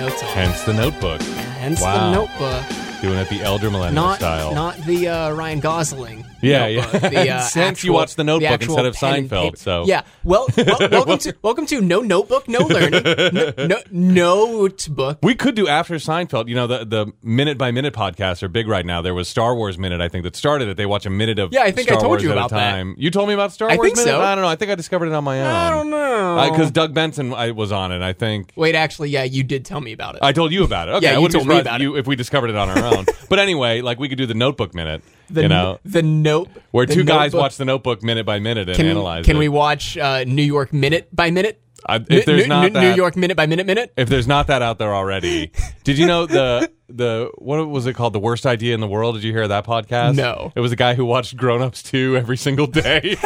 oh, uh, Hence the notebook. Hence Wow. the notebook. Doing it the elder millennial Not style. not the uh, Ryan Gosling. Yeah, notebook, yeah. The, uh, Since you actual- watched The Notebook actual instead of pen and Seinfeld, paper. so- yeah. Well, well welcome to welcome to no notebook, no learning, no, no notebook. We could do after Seinfeld. You know, the, the minute by minute podcasts are big right now. There was Star Wars Minute, I think, that started it. They watch a minute of Yeah, I think I Star told Wars you at a about that. time. You told me about Star I Wars think Minute? so. I don't know. I think I discovered it on my own. I don't know. Because Doug Benson I, was on it, I think. Wait, actually, yeah, you did tell me about it. I told you about it. Okay, Yeah, I you wouldn't be told me surprised about if it. you- if we discovered it on our own. but anyway, like we could do the Notebook Minute, the you know, the note where the two guys notebook- watch the Notebook minute by minute and Can, analyze can it. we watch uh, New York minute by minute? I- if there's New, not New- New that- York minute by minute minute. If there's not that out there already, did you know the the what was it called? The worst idea in the world. Did you hear that podcast? No. It was a guy who watched Grown Ups two every single day.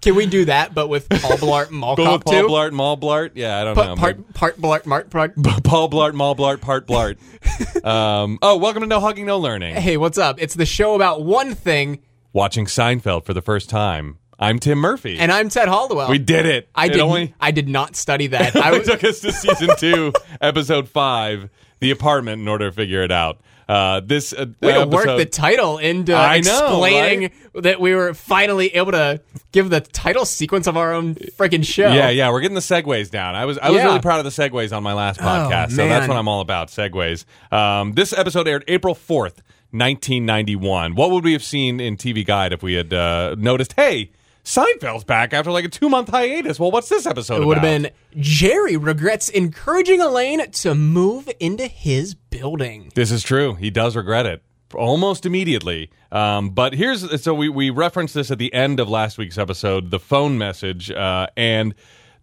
Can we do that, but with Paul Blart Mall But with Cop Paul too? Blart, Mall Blart. Yeah, I don't know. Part, part part Blart Mart part. Maybe- Paul Blart, Mall Blart, Part Blart. um, oh, welcome to No Hugging, No Learning. Hey, what's up? It's the show about one thing, Watching Seinfeld for the first time. I'm Tim Murphy. and I'm Ted Hollowell. we did it. I It did. only- I did not study that. I it was, took us to season two, episode five, the apartment, in order to figure it out. Uh, this uh, way to episode, work the title into I know, explaining that we were finally able to give the title sequence of our own freaking show. Yeah, yeah, we're getting the segues down. I was I was Yeah. Oh, really proud of the segues on my last podcast, so that's man. what I'm all about segues. Um, this episode aired April fourth, 1991. What would we have seen in TV Guide if we had uh, noticed? Hey, Seinfeld's back after like a two month hiatus. Well, what's this episode? It would have about? been Jerry regrets encouraging Elaine to move into his building. This is true. He does regret it almost immediately. Um, but here's so we we referenced this at the end of last week's episode, the phone message, uh, and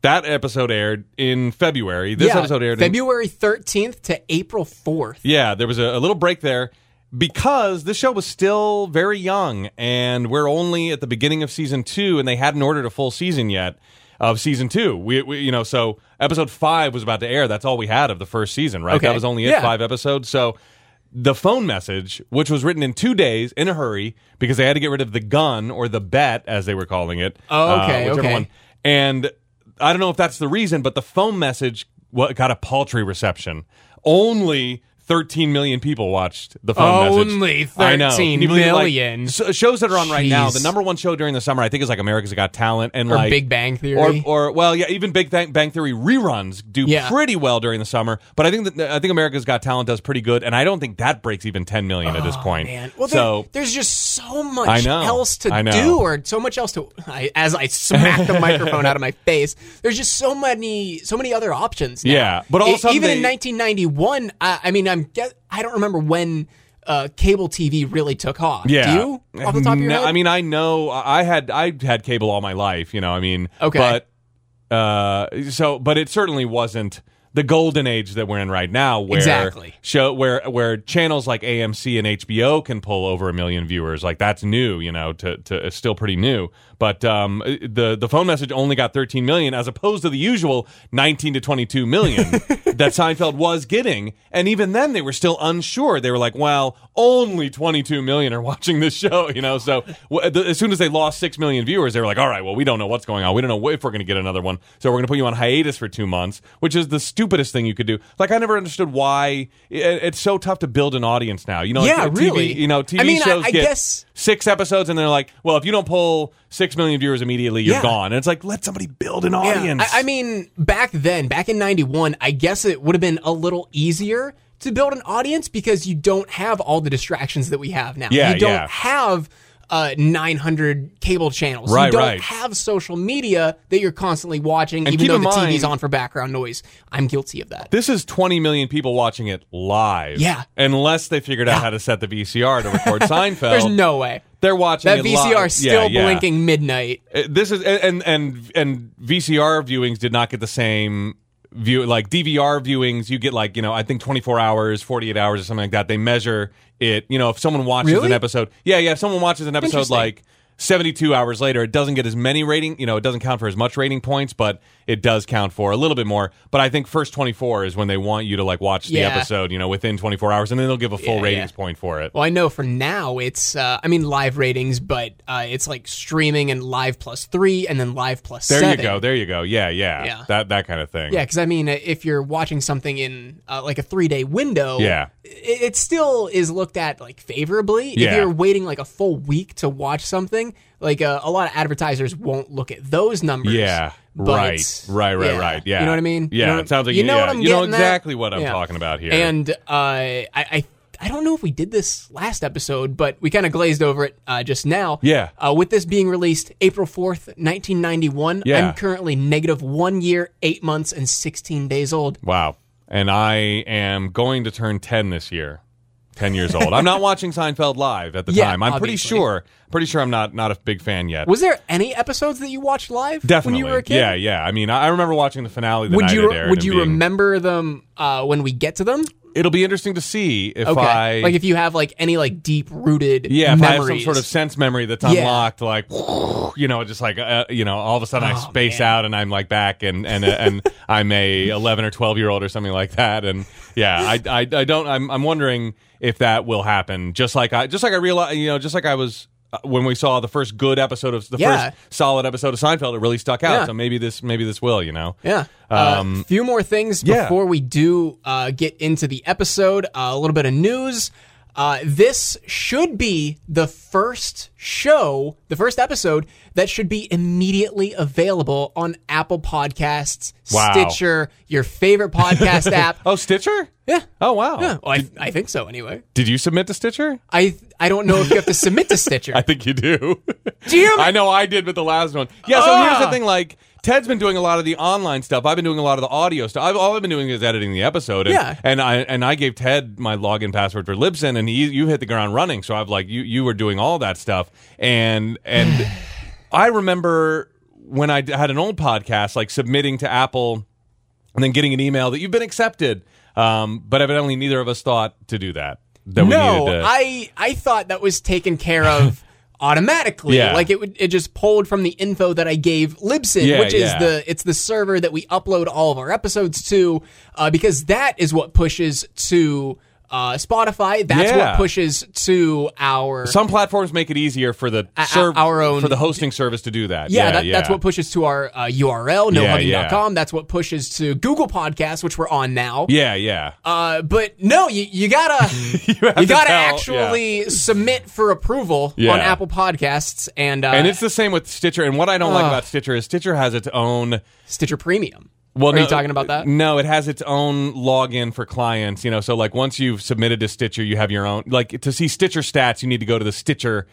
that episode aired in February. This Yeah, episode aired in February 13th to April 4th. Yeah, there was a, a little break there because this show was still very young, and we're only at the beginning of season two, and they hadn't ordered a full season yet of season two. We, we you know, so episode five was about to air. That's all we had of the first season, right? Okay. That was only it, Yeah. five episodes. So the phone message, which was written in two days in a hurry because they had to get rid of the gun or the bet, as they were calling it. Oh, okay, uh, whichever okay. one. And I don't know if that's the reason, but the phone message wa- got a paltry reception. Only 13 million people watched the phone message. Only I know. 13 Can you believe it? Like, million. so- shows that are on right now, the Jeez. number one show during the summer, I think, is like America's Got Talent and Or like Big Bang or, Theory. or well, yeah, even Big Bang, Bang Theory reruns do Yeah. pretty well during the summer. But I think that I think America's Got Talent does pretty good, and I don't think that breaks even 10 million at this point. Oh, Man, well, there- so there's just so much I know. else to I know. do, or so much else to. I, as I smack the microphone out of my face, there's just so many, so many other options. now. Yeah, but all E- of a sudden even in they- 1991, I, I mean, I'm guess, I don't remember when uh, cable TV really took off. yeah, do you off the top of your No, head? I mean, I know I I had I had cable all my life. You know, I mean, Okay. but uh, so but it certainly wasn't the golden age that we're in right now, where Exactly. show where where channels like AMC and HBO can pull over a million viewers. Like that's new, you know, to to it's still pretty new. But um, the the phone message only got 13 million, as opposed to the usual 19 to 22 million that Seinfeld was getting. And even then, they were still unsure. They were like, "Well, only 22 million are watching this show," you know. So w- the- as soon as they lost six million viewers, they were like, "All right, well, we don't know what's going on. We don't know if we're going to get another one. So we're going to put you on hiatus for two months," which is the stupidest thing you could do. Like, I never understood why i it's so tough to build an audience now. You know, Yeah, like, TV, really. You know, TV I mean, I- shows I get guess- six episodes, and they're like, "Well, if you don't pull six million viewers immediately, you're Yeah. gone." And it's like, let somebody build an Yeah, audience. I, I mean, back then, back in 91, I guess it would have been a little easier to build an audience because you don't have all the distractions that we have now. Yeah, you don't yeah. have uh, 900 cable channels. Right, you don't right. have social media that you're constantly watching, even keep though in the TV's mind- on for background noise. I'm guilty of that. This is 20 million people watching it live. Yeah. Unless they figured out how to set the VCR to record Seinfeld. There's no way. They're watching That it VCR live. still Yeah, yeah. blinking midnight. Uh, This is and and and VCR viewings did not get the same view like DVR viewings you get like you know I think 24 hours 48 hours or something like that they measure it you know if someone watches Really? an episode yeah yeah if someone watches an episode Interesting. like 72 hours later, it doesn't get as many rating, you know, it doesn't count for as much rating points, but it does count for a little bit more. But I think first 24 is when they want you to like watch the Yeah. episode, you know, within 24 hours, and then they'll give a full Yeah, ratings yeah. point for it. Well, I know for now it's, uh, I mean, live ratings, but uh, it's like streaming and live plus three and then live plus there seven. you go. There you go. Yeah, yeah. Yeah. That that kind of thing. Yeah, because I mean, if you're watching something in uh, like a three day window, Yeah. it, it still is looked at like favorably. Yeah. If you're waiting like a full week to watch something, like uh, a lot of advertisers won't look at those numbers. Yeah. but- right. Right, right, yeah. right. Yeah. you know what I mean. Yeah. you know, it sounds like you know yeah, what I'm You know getting at? exactly what I'm Yeah. talking about here. And uh, I, I, I don't know if we did this last episode, but we kind of glazed over it uh, just now. Yeah. Uh, with this being released April fourth, nineteen ninety one, Yeah. I'm currently negative one year, eight months, and sixteen days old. Wow. And I am going to turn 10 this year. 10 years old. I'm not watching Seinfeld live at the Yeah, time. I'm pretty obviously. sure. Pretty sure I'm not not a big fan yet. Was there any episodes that you watched live Definitely. when you were a kid? Yeah, yeah. I mean, I I remember watching the finale the Would night you it aired would and you being- remember them uh, when we get to them? It'll be interesting to see if Okay, I like if you have like any like deep rooted yeah, if I have some memories. sort of sense memory that's Yeah. unlocked, like you know, just like uh, you know, all of a sudden I Oh, space man. out and I'm like back and and and I'm a 11 or 12 year old or something like that, and yeah, I I, I don't I'm I'm wondering if that will happen, just like I just like I realized you know, just like I was. uh, When we saw the first good episode of the Yeah. first solid episode of Seinfeld, it really stuck out. Yeah. So maybe this, maybe this will, you know. Yeah. Um, uh, few more things yeah. before we do uh, get into the episode. Uh, a little bit of news. Uh, this should be the first show, the first episode that should be immediately available on Apple Podcasts, Wow. Stitcher, your favorite podcast app. Oh, Stitcher? Yeah. Oh, wow. Yeah, well, I, I think so anyway. Did you submit to Stitcher? I I don't know if you have to submit to Stitcher. I think you do. Damn it. I know I did with the last one. Yeah, so here's the Ah. thing like Ted's been doing a lot of the online stuff. I've been doing a lot of the audio stuff. I've, all I've been doing is editing the episode. And, Yeah. and I and I gave Ted my login password for Libsyn, and he, you hit the ground running. So I've like you you were doing all that stuff, and and I remember when I d- had an old podcast, like submitting to Apple, and then getting an email that you've been accepted. Um, but evidently, neither of us thought to do that. That we no, needed to. I I thought that was taken care of automatically. Yeah. Like it would it just pulled from the info that I gave Libsyn, Yeah, which is yeah. the it's the server that we upload all of our episodes to, uh, because that is what pushes to uh, Spotify. That's Yeah. what pushes to our Some platforms make it easier for the a- serv- our own- for the hosting service to do that. yeah, that, that's what pushes to our uh, URL, Yeah, nohugging.com. yeah. That's what pushes to Google Podcasts, which we're on now. yeah, yeah. Uh, but no, you, you gotta you, have to gotta tell, actually submit for approval Yeah. on Apple Podcasts and uh, and it's the same with Stitcher. And what I don't like about Stitcher is Stitcher has its own. Stitcher Premium. Well, are no, you talking about that? No, it has its own login for clients. You know, so like once you've submitted to Stitcher, you have your own. Like to see Stitcher stats, you need to go to the Stitcher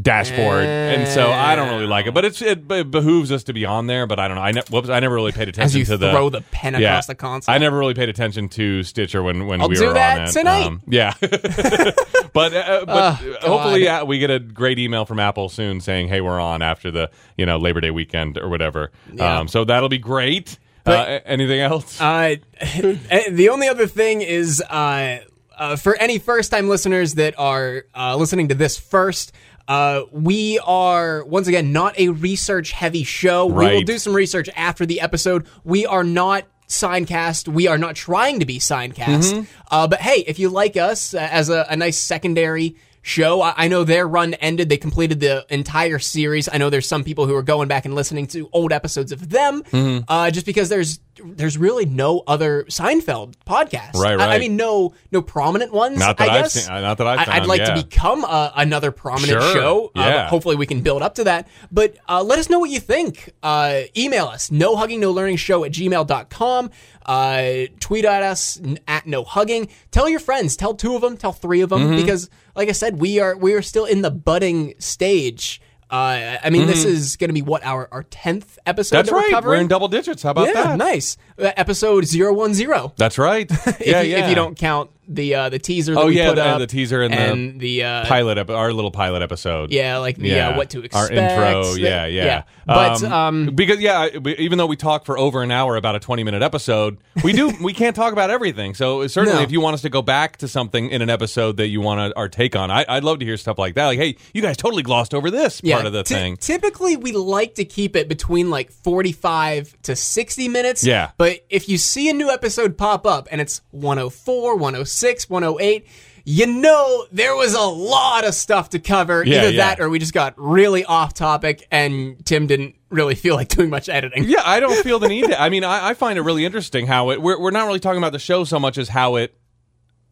dashboard, and so I don't really like it. But it's it be- behooves us to be on there. But I don't know. I ne- whoops, I never really paid attention As you to the throw the pen Yeah. across the console. I never really paid attention to Stitcher when when we do were on that it. Um, tonight. Oh, yeah, but uh, but hopefully uh, we get a great email from Apple soon saying, "Hey, we're on after the you know Labor Day weekend or whatever." Um, so that'll be great. uh, a- anything else? Uh, the only other thing is uh, uh, for any first time listeners that are uh, listening to this first, uh, we are, once again, not a research heavy show. We will Right. do some research after the episode. We are not. Signcast. We are not trying to be Signcast. Mm-hmm. Uh, but hey, if you like us uh, as a, a nice secondary show, I, I know their run ended. They completed the entire series. I know there's some people who are going back and listening to old episodes of them, Mm-hmm. uh, just because there's there's really no other Seinfeld podcast. Right, I, I right. mean, no no prominent ones. Not that I I've guess. seen- uh, not that I've I- I'd found, like yeah. to become a, another prominent Sure, show. Uh, yeah. hopefully we can build up to that. But uh, let us know what you think. Uh, email us, no hugging, no learning show at gmail.com. Uh, tweet at us n- at no hugging. Tell your friends, tell two of them, tell three of them, Mm-hmm. because like I said, we are, we are still in the budding stage. Uh, I mean, this is going to be what our, our 10th episode Mm-hmm. That's that we're right. We're covering? in double digits. How about yeah, that? nice. Uh, episode 010. That's right. yeah, if, you, yeah. if you don't count the uh, the teaser. That Oh, we yeah, put the- up the teaser and the- and the, uh, pilot ep- our little pilot episode. yeah, like the uh, what to expect. Our intro, the- yeah, yeah. Uh, But um, because yeah, I- we- even though we talk for over an hour about a twenty-minute episode, we do we can't talk about everything. So uh, certainly, No. if you want us to go back to something in an episode that you want to, our take on, I, I'd love to hear stuff like that. Like, hey, you guys totally glossed over this part of the ty- thing. Typically, we like to keep it between like 45 to 60 minutes. Yeah. But if you see a new episode pop up and it's 104, 106, 108, you know there was a lot of stuff to cover. Yeah, Either yeah. that or we just got really off topic and Tim didn't really feel like doing much editing. Yeah, I don't feel the need to. I mean, I, I find it really interesting how it. We're, we're not really talking about the show so much as how it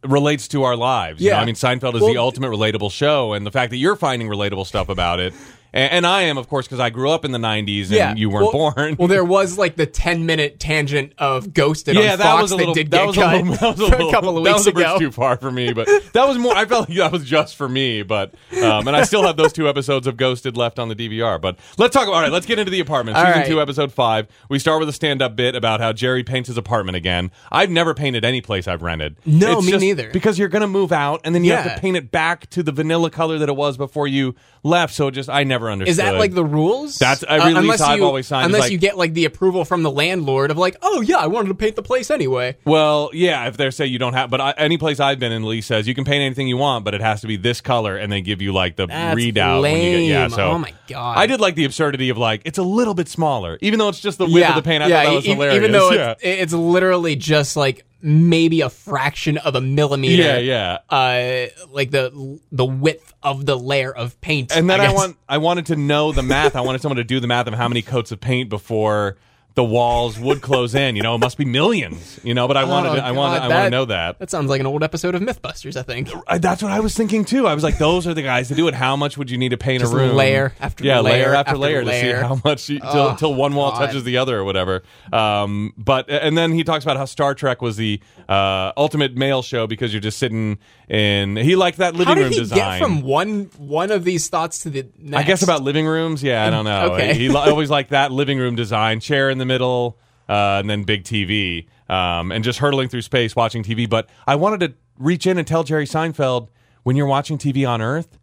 relates to our lives. you know? Yeah. I mean, Seinfeld is Well, the ultimate relatable show, and the fact that you're finding relatable stuff about it, and, and I am, of course, because I grew up in the '90s and you weren't well, born. Well, there was like the 10 minute tangent of Ghosted yeah, on that Fox was a little. that did that get was a cut little. That was a, little, a couple of that weeks was a bridge ago. too far for me, but that was more. I felt like that was just for me, but um, and I still have those two episodes of Ghosted left on the DVR. But let's talk. All right, let's get into the apartment. All Season right. two, episode five. We start with a stand-up bit about how Jerry paints his apartment again. I've never painted any place I've rented. No, It's me just neither. Because you're gonna move out, and then you have Yeah. to paint it back to the vanilla color that it was before you left. So it just, I never understood. Is that like the rules? Uh, That's- every lease unless I've you, always signed is Unless like- you get like the approval from the landlord of like, oh yeah, I wanted to paint the place anyway. Well, yeah, if they say you don't have, but I, any place I've been in, Lee says you can paint anything you want, but it has to be this color, and they give you like the That's readout. When you get, yeah, lame. so Oh, my God. I did like the absurdity of like it's a little bit smaller, even though it's just the width yeah, of the paint. I yeah, thought that was e- e- hilarious. Even though yeah. it's, it's literally just like maybe a fraction of a millimeter. yeah, yeah. Uh, like the the width of the layer of paint. And then I, guess. want I wanted to know the math. I wanted someone to do the math of how many coats of paint before the walls would close in. You know, it must be millions. You know, but I wanted Oh, to, I wanted God, I want to that- know that. That sounds like an old episode of MythBusters. I think. I, that's what I was thinking too. I was like, those are the guys to do it. How much would you need to paint Just a room? layer after yeah, layer after, after layer, to layer. see how much you, till, Oh, till one wall God. touches the other or whatever. Um, but and then he talks about how Star Trek was the uh, ultimate male show because you're just sitting in. He liked that living How did room he design. get from one one of these thoughts to the next? I guess about living rooms. Yeah, I don't know. okay. He, he li- always liked that living room design, chair in the middle, uh, and then big TV, um, and just hurtling through space watching TV. But I wanted to reach in and tell Jerry Seinfeld when you're watching TV on Earth.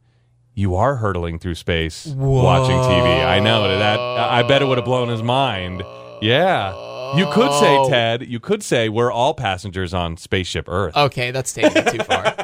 You are hurtling through space watching TV. I know that. I bet it would have blown his mind. Yeah, you could Oh. say Ted. You could say we're all passengers on spaceship Earth. Okay, that's taking it too far.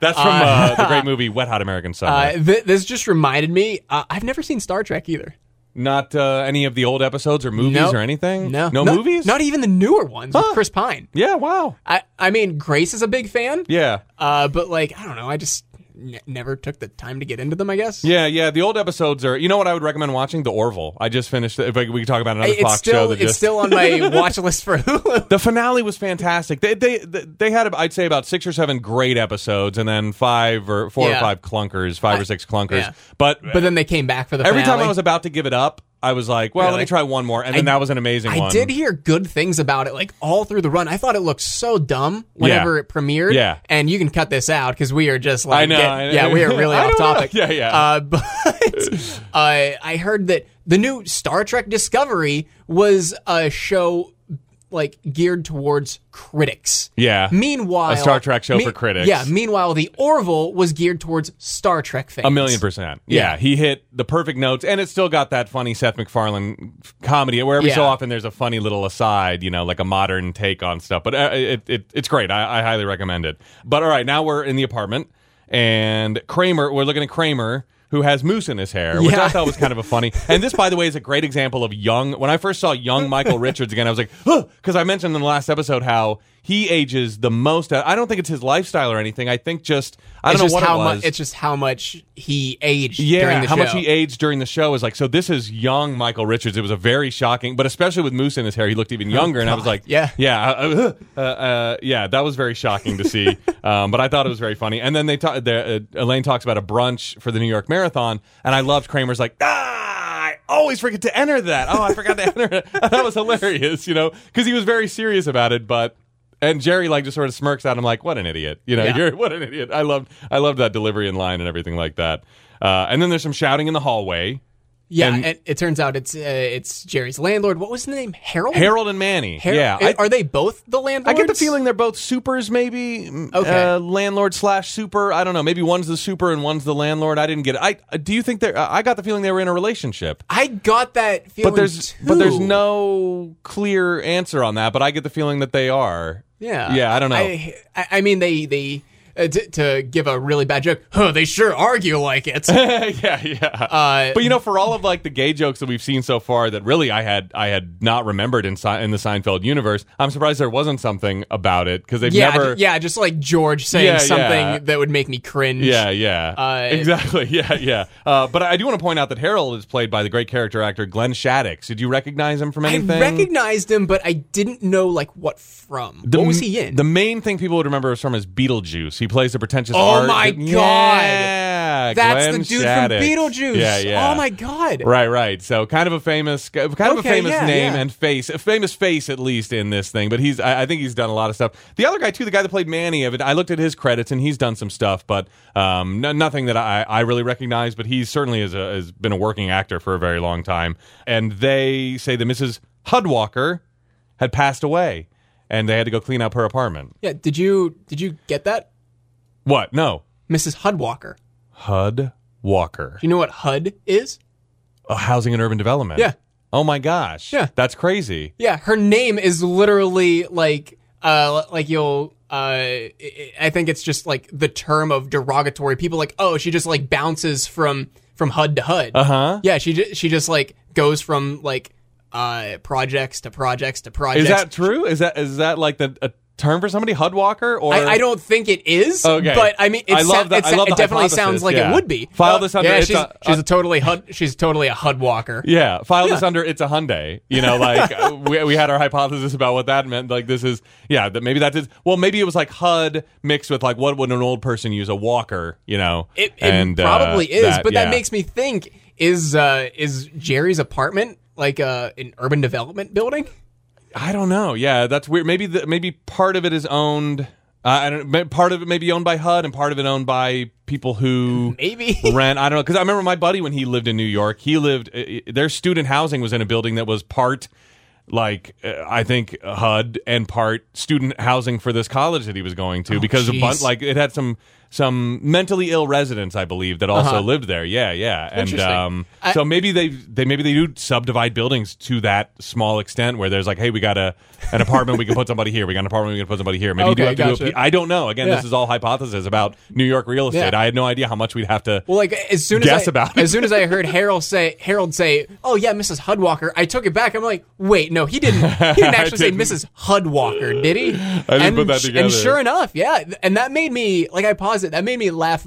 That's from uh, the great movie Wet Hot American Summer. Uh, th- this just reminded me. Uh, I've never seen Star Trek either. Not uh, any of the old episodes or movies Nope. or anything? No, Mm. No Not- movies? Not even the newer ones with Chris Pine. yeah, wow. I, I mean, Grace is a big fan. Yeah. Uh, but like, I don't know. I just n- never took the time to get into them. I guess. Yeah, yeah. The old episodes are, you know what I would recommend watching? The Orville. I just finished, if I, we could talk about another It's Fox show still that it's just. still on my watch list for Hulu. the finale was fantastic. They, they they had I'd say about six or seven great episodes, and then five or four or Yeah. five clunkers, five or six clunkers. yeah. But, But then they came back for the every time finale. I was about to give it up, I was like, well, let Really? me try one more, and then that was an amazing I one. did hear good things about it, like all through the run. I thought it looked so dumb whenever Yeah. it premiered. Yeah. and you can cut this out because we are just like, I know, get- I- yeah, we are really I off don't know. topic. Yeah, yeah. Uh, but uh, I heard that the new Star Trek Discovery was a show like geared towards critics. Yeah. Meanwhile, A Star Trek show for critics. Yeah. Meanwhile, the Orville was geared towards Star Trek fans. A million percent. Yeah. Yeah. he hit the perfect notes, and it still got that funny Seth MacFarlane f- comedy, where every so Yeah. often there's a funny little aside, you know, like a modern take on stuff. But uh, it, it, it's great. I, I highly recommend it. But all right, now we're in the apartment, and Kramer, we're looking at Kramer. Who has moose in his hair, which I Yeah. thought was kind of a funny. And this, by the way, is a great example of young. When I first saw young Michael Richards again, I was like, because I mentioned in the last episode how he ages the most. I don't think it's his lifestyle or anything. I think just I It's don't just know what how it was much. It's just how much he aged yeah, during the how show. much he aged during the show is like. So this is young Michael Richards. It was a very shocking, but especially with Moose in his hair, he looked even younger. and I was like, Oh, Yeah. yeah, uh, uh, uh, yeah, that was very shocking to see. um, but I thought it was very funny. And then they ta- the, uh, Elaine talks about a brunch for the New York Marathon, and I loved Kramer's like ah. I always forget to enter that. Oh, I forgot to enter it. That was hilarious, you know, because he was very serious about it. But and Jerry like just sort of smirks at him, like, "What an idiot!" You know, Yeah. you're what an idiot. I loved, I loved that delivery in line and everything like that. Uh, and then there's some shouting in the hallway. Yeah, And- and, it turns out it's uh, it's Jerry's landlord. What was the name? Harold. Harold and Manny. Har- yeah. I- are they both the landlords? I get the feeling they're both supers, maybe. m- Okay. Uh, landlord slash super. I don't know. Maybe one's the super and one's the landlord. I didn't get it. I uh, do you think they're? uh, I got the feeling they were in a relationship. I got that feeling. But there's too. but there's no clear answer on that. But I get the feeling that they are. Yeah. Yeah. I don't know. I, I, I mean, they they uh, t- to give a really bad joke. Huh, they sure argue like it. yeah, yeah. Uh, but you know, for all of like the gay jokes that we've seen so far, that really I had I had not remembered in Se- in the Seinfeld universe. I'm surprised there wasn't something about it because they've yeah, never. j- yeah, just like George saying Yeah, something yeah. that would make me cringe. Yeah, yeah, Uh, exactly. Yeah, yeah. Uh, but I do want to point out that Harold is played by the great character actor Glenn Shaddix. Did you recognize him from I anything? recognized him, but I didn't know like what from. The what was m- he in? The main thing people would remember is from is Beetlejuice. He plays the pretentious. Oh art- my God. Yeah, That's Glenn the dude Shaddix. from Beetlejuice. Yeah, yeah. Oh my god. Right, right. So kind of a famous, kind of a Okay, famous yeah, name yeah. and face, a famous face at least in this thing. But he's, I, I think he's done a lot of stuff. The other guy too, the guy that played Manny of it, I looked at his credits and he's done some stuff, but um, no, nothing that I, I really recognize. But he certainly is a, has been a working actor for a very long time. And they say that Mrs. Hudwalker had passed away, and they had to go clean up her apartment. Yeah. Did you did you get that, What? No, Mrs. Hudwalker? Hud Walker. Do you know what HUD is? Oh, housing and urban development. Yeah. Oh my gosh. Yeah. That's crazy. Yeah, her name is literally like uh like you'll uh I- I think it's just like the term of derogatory people like oh she just like bounces from from HUD to HUD. Uh huh. Yeah, she ju- she just like goes from like uh projects to projects to projects. Is that true? Is that is that like the a term for somebody Hudwalker or I, I don't think it is, Okay. but I mean, it, I love sa- the- it, sa- I love it the definitely hypothesis, sounds like yeah. it would be. File Uh, this under- Yeah, it's she's, a- she's a totally hud. She's totally a HUD walker. Yeah, file this under it's a Hyundai. You know, like uh, we, we had our hypothesis about what that meant. Like this is yeah, that maybe that is well, maybe it was like HUD mixed with like what would an old person use a walker, you know? uh, It, it probably is, but that makes me think: is uh, is Jerry's apartment like uh, an urban development building? I don't know. Yeah, that's weird. Maybe the, maybe part of it is owned. Uh, I don't. ma- Part of it may be owned by HUD, and part of it owned by people who Maybe. rent. I don't know because I remember my buddy when he lived in New York. He lived uh, uh, their student housing was in a building that was part like uh, I think HUD and part student housing for this college that he was going to because a bunch Oh, jeez. like it had some some mentally ill residents I believe that also lived there. Yeah, yeah, and Uh-huh. Interesting. um, so maybe they they maybe they do subdivide buildings to that small extent where there's like, hey, we got a an apartment we can put somebody here, we got an apartment we can put somebody here. Maybe you do Okay, have to do a gotcha. P- I don't know. Again, this Yeah. is all hypothesis about New York real estate. Yeah. I had no idea how much we'd have to Well, like as soon as Guess I, about it. as soon as I heard Harold say Harold say, "Oh yeah, Mrs. Hudwalker," I took it back. I'm like, wait, no, he didn't. He didn't actually didn't. say Mrs. Hudwalker, did he? I didn't and, put that sh- together. And sure enough, yeah, th- and that made me like I paused it. That made me laugh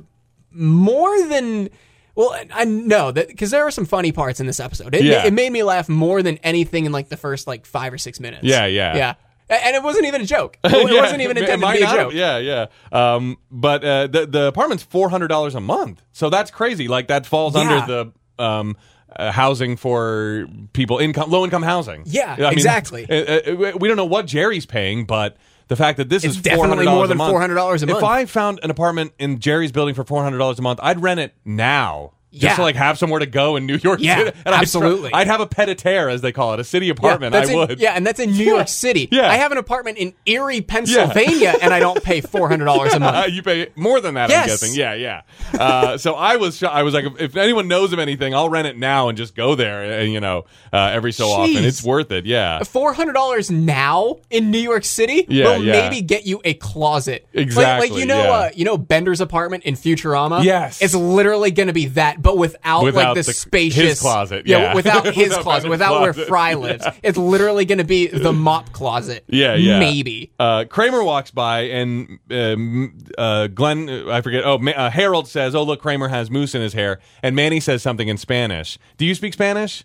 more than. Well, I know that because there are some funny parts in this episode. It, Yeah. it made me laugh more than anything in like the first like five or six minutes. Yeah, yeah. yeah. A- And it wasn't even a joke. It Yeah, wasn't even it intended to might be a not have- joke. Yeah, yeah. Um, but uh, the the apartment's four hundred dollars a month, so that's crazy. Like that falls under the um, uh, housing for people income low income housing. Yeah, mean, exactly. uh, uh, we don't know what Jerry's paying, but. The fact that this It's is definitely $400 more a than month. $400 a If month. I found an apartment in Jerry's building for four hundred dollars a month, I'd rent it now just Yeah. to like have somewhere to go in New York Yeah, City. And I'd try- absolutely. I'd, have a pet a terre, as they call it, a city Yeah, apartment. that's I in- would. Yeah, and that's in New York City. Yeah. I have an apartment in Erie, Pennsylvania, and I don't pay four hundred dollars a month. Uh, you pay more than that. I'm Yes. guessing. Yeah, yeah. Uh, so I was, sho- I was like, if- if anyone knows of anything, I'll rent it now and just go there. And you know, uh, every so often, Jeez. it's worth it. Yeah, Four hundred dollars now in New York City Yeah, will yeah. maybe get you a closet. Like- Like, Exactly, you know, yeah. uh, you know Bender's apartment in Futurama. Yes. it's literally going to be that, but without, Without like the, the- spacious his closet, yeah. without his Without closet, Bender's without where closet, Fry lives. It's literally going to be the mop closet. yeah, yeah. maybe. Uh, Kramer walks by and um, uh, Glenn, uh, I forget. Oh, Ma- uh, Harold says, "Oh, look, Kramer has moose in his hair." And Manny says something in Spanish. Do you speak Spanish?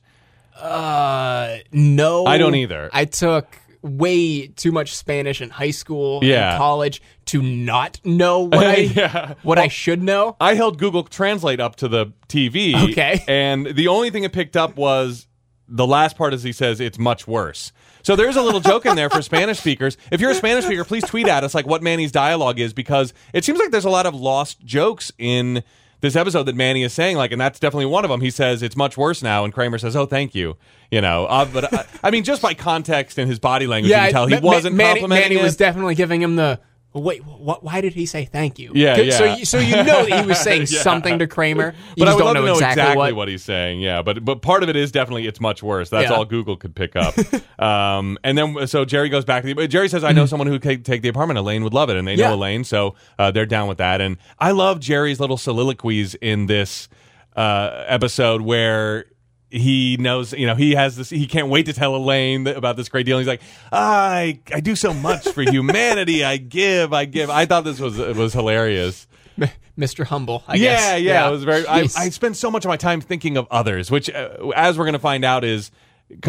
Uh, no, I don't either. I took way too much Spanish in high school, Yeah. and college to not know what I Yeah. what I should know. I held Google Translate up to the TV. Okay. And the only thing it picked up was the last part is he says it's much worse. So there's a little joke in there for Spanish speakers. If you're a Spanish speaker, please tweet at us like what Manny's dialogue is because it seems like there's a lot of lost jokes in this episode that Manny is saying, like, and that's definitely one of them. He says it's much worse now, and Kramer says, "Oh, thank you." You know, uh, but I, I mean, just by context and his body language, you can tell he Ma- Ma- wasn't Manny, complimenting Manny it. was definitely giving him the wait. Wh- why did he say thank you? Yeah, So yeah. you, so you know that he was saying Yeah. something to Kramer. You but I just would don't love know, to know exactly, what. he's saying. Yeah, but but part of it is definitely it's much worse. That's Yeah. all Google could pick up. um, and then so Jerry goes back to the. Jerry says, "I know someone who could take the apartment. Elaine would love it, and they Mm-hmm. Yeah. know Elaine, so uh, they're down with that." And I love Jerry's little soliloquies in this uh, episode where. He knows, you know, he has this. He can't wait to tell Elaine th- about this great deal. He's like, I, I do so much for humanity. I give, I give. I thought this was was hilarious. Mr. Humble. I Yeah, guess. yeah, It was very. I, Jeez. I spend so much of my time thinking of others, which, uh, as we're going to find out, is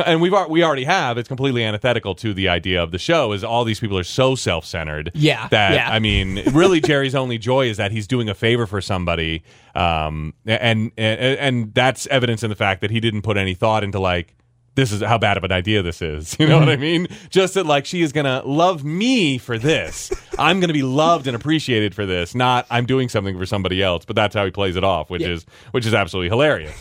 and we've al- we already have. It's completely antithetical to the idea of the show. Is all these people are so self centered. Yeah, that yeah. I mean, really, Jerry's only joy is that he's doing a favor for somebody, um, and and and that's evidence in the fact that he didn't put any thought into like. This is how bad of an idea this is. You know what I mean? Just that, like, she is going to love me for this. I'm going to be loved and appreciated for this, not I'm doing something for somebody else. But that's how he plays it off, which is which is absolutely hilarious.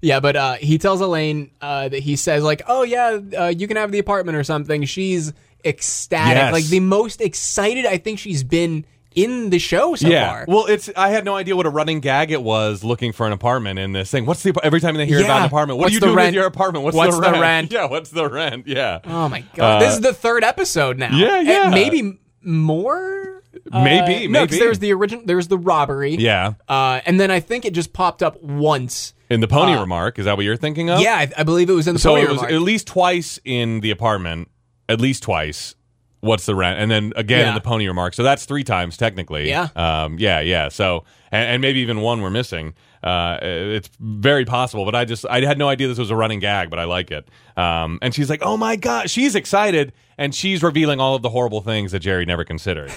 Yeah, but uh, he tells Elaine uh, that he says like, "Oh yeah, uh, you can have the apartment or something." She's ecstatic, Yes. like the most excited I think she's been in the show so far. Well, it's I had no idea what a running gag it was looking for an apartment in this thing. What's the every time they hear about an Yeah. apartment? What What's are you the doing rent? with your apartment? What's, What's the the rent? rent? Yeah, what's the rent? Yeah. oh my god, Uh, this is the third episode now. Yeah, And yeah. maybe more. Maybe, Uh, no, maybe. because there's the original. There's the robbery. yeah. Uh, and then I think it just popped up once. In the Uh, pony remark, is that what you're thinking of? Yeah, I, I believe it was in the Oh. So pony it was remark. at least twice in the apartment, at least twice. What's the rent? And then again in Yeah. the pony remark. So that's three times technically. Yeah. Um, yeah. Yeah. So and, and maybe even one we're missing. Uh, it's very possible, but I just I had no idea this was a running gag, but I like it. Um, and she's like, "Oh my god!" She's excited, and she's revealing all of the horrible things that Jerry never considered.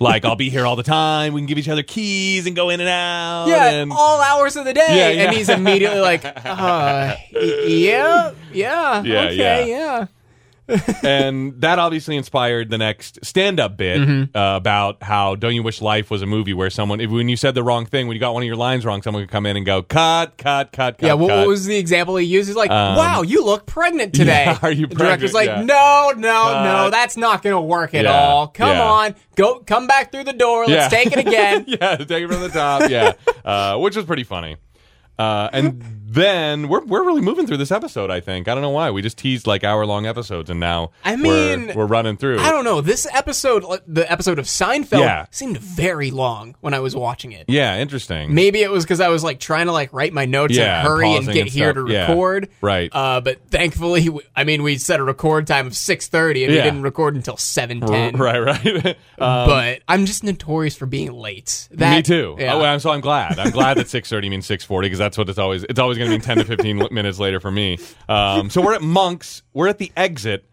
like, I'll be here all the time. We can give each other keys and go in and out. yeah, and- all hours of the day, Yeah, yeah. and he's immediately like, uh, y- "Yeah, yeah, Yeah, okay, yeah. yeah." and that obviously inspired the next stand-up bit Mm-hmm. uh, about how don't you wish life was a movie where someone if when you said the wrong thing when you got one of your lines wrong someone could come in and go cut cut cut cut Yeah, what, cut. what was the example he used? He's like, "Wow, you look pregnant today." Um, Yeah, are you The director's like, pregnant? Yeah. "No, no, Uh, no, that's not going to work at yeah, all. Come yeah. on, go, come back through the door. Let's Yeah. take it again." yeah take it from the top yeah uh, which was pretty funny uh, and then we're we're really moving through this episode I think I don't know why we just teased like hour long episodes and now I we're- mean, we're, running through I don't know. This episode, like, the episode of Seinfeld, Yeah. seemed very long when I was watching it. yeah interesting Maybe it was because I was like trying to like write my notes Yeah, and hurry and pausing get and here to stuff. Yeah, record. right. Uh, but thankfully, we- I mean, we set a record time of six thirty, and Yeah. we didn't record until seven ten. right right Uh, but I'm just notorious for being late. That, Me too. Yeah. Oh, well, I'm, so I'm glad. I'm glad that 6:30 means 6:40 because that's what it's always. It's always going to be 10 to 15 li- minutes later for me. Um, so we're at Monk's. We're at the exit.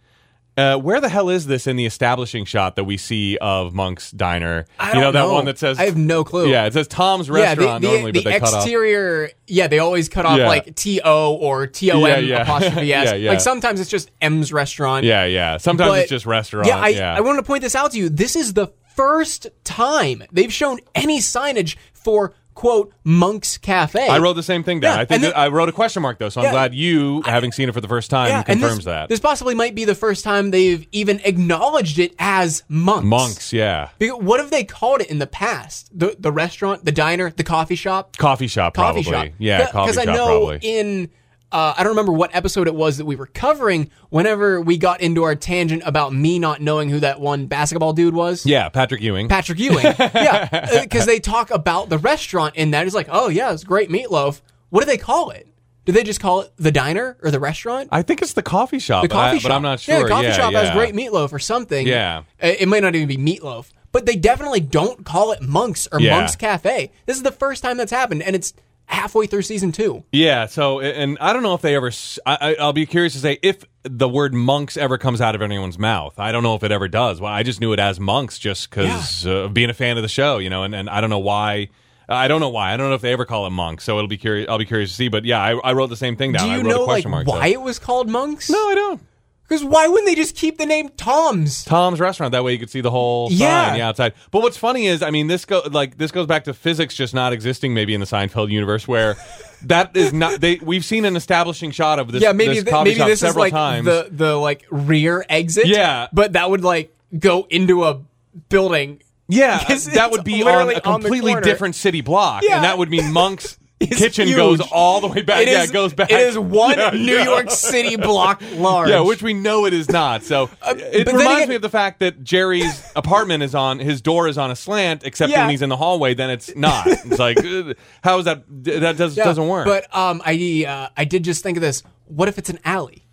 Uh, where the hell is this in the establishing shot that we see of Monk's diner? I you don't know that one that says I have no clue. Yeah, it says Tom's Yeah, the, restaurant the, normally, the but they cut off. exterior, yeah, they always cut off Yeah. like T O or T O Yeah, M yeah. apostrophe S. Yeah, yeah. Like sometimes it's just M's restaurant. Yeah, yeah. Sometimes But- it's just restaurant. Yeah, I, I wanted to point this out to you. This is the first time they've shown any signage for quote Monk's Cafe. I wrote the same thing down. Yeah, I think and that the- I wrote a question mark though, so I'm Yeah. glad you, having seen it for the first time, Yeah, and confirms this, that. This possibly might be the first time they've even acknowledged it as monks. Monk's, yeah. Because what have they called it in the past? The the restaurant, the diner, the coffee shop, Coffee shop, coffee probably. shop. Yeah, coffee because I shop, know probably. in. Uh, I don't remember what episode it was that we were covering. Whenever we got into our tangent about me not knowing who that one basketball dude was, yeah, Patrick Ewing. Patrick Ewing, yeah, because they talk about the restaurant in that. It's like, oh yeah, it's great meatloaf. What do they call it? Do they just call it the diner or the restaurant? I think it's the coffee shop. the but I- coffee shop. but I'm not sure. Yeah, the coffee shop has yeah. great meatloaf or something. Yeah. Uh, it might not even be meatloaf, but they definitely don't call it Monks or Yeah. Monks Cafe. This is the first time that's happened, and it's halfway through season two. Yeah. So, and I don't know if they ever. s- I, will be curious to say if the word monks ever comes out of anyone's mouth. I don't know if it ever does. Well, I just knew it as monks just because uh, being a fan of the show, you know. And, and I don't know why. I don't know why. I don't know if they ever call it monks. So it'll be curious. I'll be curious to see. But yeah, I, I wrote the same thing down. Do I you wrote a know like question why mark. though. it was called Monks? No, I don't. Because why wouldn't they just keep the name Tom's? Tom's restaurant. That way you could see the whole sign Yeah. yeah, outside. But what's funny is, I mean, this go like this goes back to physics just not existing maybe in the Seinfeld universe where that is not they we've seen an establishing shot of this, Yeah, maybe this th- coffee maybe shop this is several like times. the the like rear exit. Yeah. but that would like go into a building. yeah, Because that it's would be on literally a on the completely corner. different city block, Yeah. and that would mean Monk's It's kitchen huge. goes all the way back. It is yeah, it goes back. It is one Yeah, New yeah. York City block large. Yeah, which we know it is not. So it Uh, but then reminds again- me of the fact that Jerry's apartment is on his door is on a slant, except Yeah. when he's in the hallway, then it's not. It's like uh, how is that? That does, Yeah, doesn't work. But um, I uh, I did just think of this. What if it's an alley?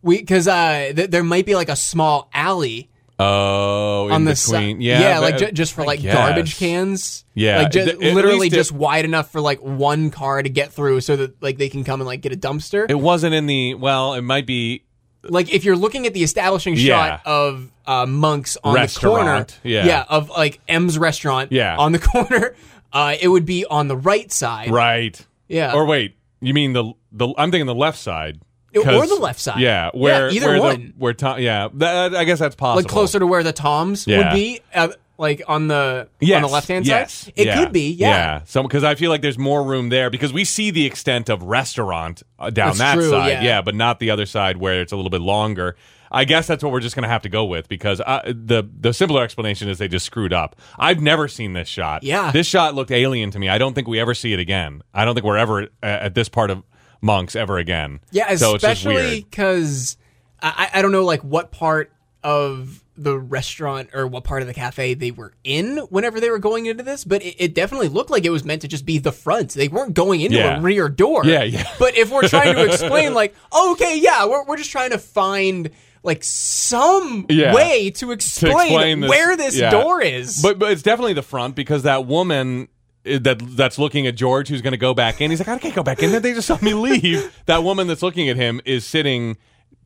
We because uh, th- there might be like a small alley oh, in on the between, side. yeah, like but- ju- just for I like garbage guess. cans. Yeah, like just, at- at literally least it- just wide enough for like one car to get through, so that like they can come and like get a dumpster. It wasn't in the well. It might be like if you're looking at the establishing Yeah. shot of uh, monks on the corner, Restaurant, yeah. of like M's restaurant, Yeah. on the corner, uh, it would be on the right side, right. yeah, Or wait, you mean the the? I'm thinking the left side. Or 'cause- the left side. Yeah, Yeah, where either where the- one. where Tom? Yeah, that, I guess that's possible. like closer to where the toms Yeah. would be, uh, like on the on the left hand yes, side. It yeah, could be, yeah. So because I feel like there's more room there because we see the extent of restaurant uh, down That's that true, side, yeah. but not the other side where it's a little bit longer. I guess that's what we're just going to have to go with because uh the the simpler explanation is they just screwed up. I've never seen this shot. Yeah. this shot looked alien to me. I don't think we ever see it again. I don't think we're ever uh, at this part of monks ever again. Yeah, so it's just especially weird. because I, I don't know like what part of the restaurant or what part of the cafe they were in whenever they were going into this, but it, it definitely looked like it was meant to just be the front. They weren't going into Yeah. a rear door. Yeah, yeah. But if we're trying to explain, like, oh, okay, yeah, we're, we're just trying to find like some Yeah. way to explain, explain this- where this yeah. door is. But but it's definitely the front because that woman i- that that's looking at George who's going to go back in. He's like, I can't go back in there. They just saw me leave. that woman that's looking at him is sitting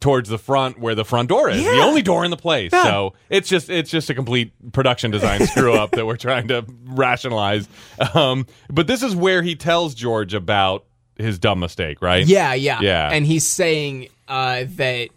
towards the front where the front door is. The Yeah. only door in the place. So it's just it's just a complete production design screw up that we're trying to rationalize. Um, but this is where he tells George about his dumb mistake, right? Yeah, yeah, Yeah. And he's saying uh, that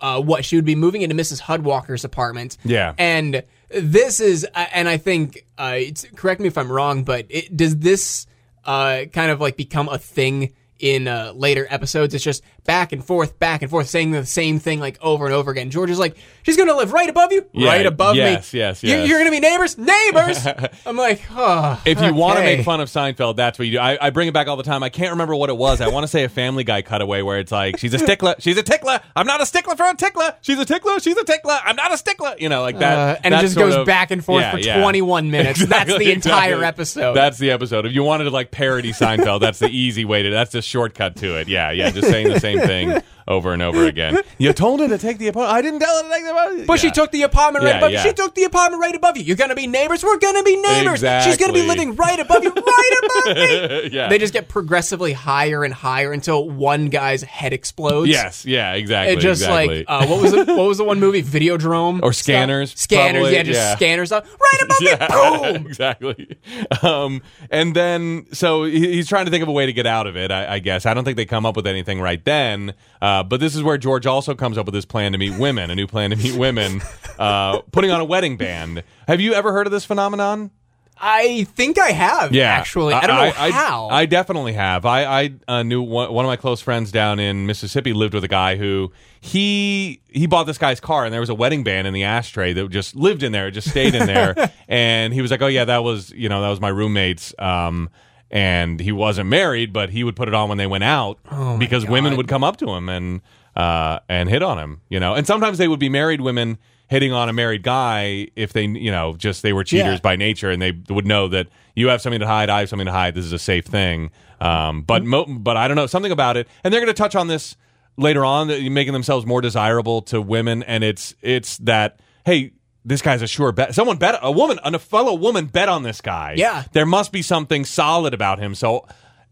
uh, what she would be moving into Mrs. Hudwalker's apartment. Yeah. and this is, uh, and I think, uh, it's, correct me if I'm wrong, but it, does this uh, kind of like become a thing? In uh, later episodes, it's just back and forth, back and forth, saying the same thing like over and over again. George is like, "She's gonna live right above you, Yeah, right above yes, me. yes, You- yes. You're gonna be neighbors, neighbors." I'm like, oh, If you want to okay. make fun of Seinfeld, that's what you do. I, I bring it back all the time. I can't remember what it was. I want to say a Family Guy cutaway where it's like, she's a stickler. She's a tickler. I'm not a stickler for a tickler. She's a tickler. She's a tickler. I'm not a stickler. You know, like that. Uh, and it that just sort goes of- back and forth Yeah, for yeah. 21 minutes. that's the Exactly, entire exactly. episode. That's the episode. If you wanted to like parody Seinfeld, that's the easy way to. That's the shortcut to it. Yeah, yeah. Just saying the same thing over and over again. You told her to take the apartment. I didn't tell her to take the apartment. but she Yeah. took the apartment right Yeah, above yeah. you. She took the apartment right above you. You're going to be neighbors. We're going to be neighbors. She's going to Exactly. be living right above you. Right above me. yeah. They just get progressively higher and higher until one guy's head explodes. Yes. Yeah. Exactly. It just exactly. like uh, what was the, what was the one movie Videodrome Or stuff? Scanners, Scanners, probably, yeah, just yeah. scanners up right above me. yeah, Boom. exactly. Um, and then, so he- he's trying to think of a way to get out of it, I, I guess. I don't think they come up with anything right then. Uh, but this is where George also comes up with his plan to meet women, a new plan to meet women, uh, putting on a wedding band. Have you ever heard of this phenomenon? I think I have. actually, I, don't know how. I, definitely have. I I uh, knew one, one of my close friends down in Mississippi lived with a guy who he he bought this guy's car and there was a wedding band in the ashtray that just lived in there, it just stayed in there, and he was like, oh yeah, that was you know that was my roommate's. Um, and he wasn't married, but he would put it on when they went out Oh, because women would come up to him and uh, and hit on him, you know. And sometimes they would be married women hitting on a married guy if they, you know, just they were cheaters Yeah. by nature, and they would know that you have something to hide, I have something to hide. This is a safe thing. Um, but mo- but I don't know something about it, and they're going to touch on this later on, that making themselves more desirable to women, and it's it's that hey. This guy's a sure bet. Someone bet a woman, a fellow woman bet on this guy. Yeah. there must be something solid about him. So,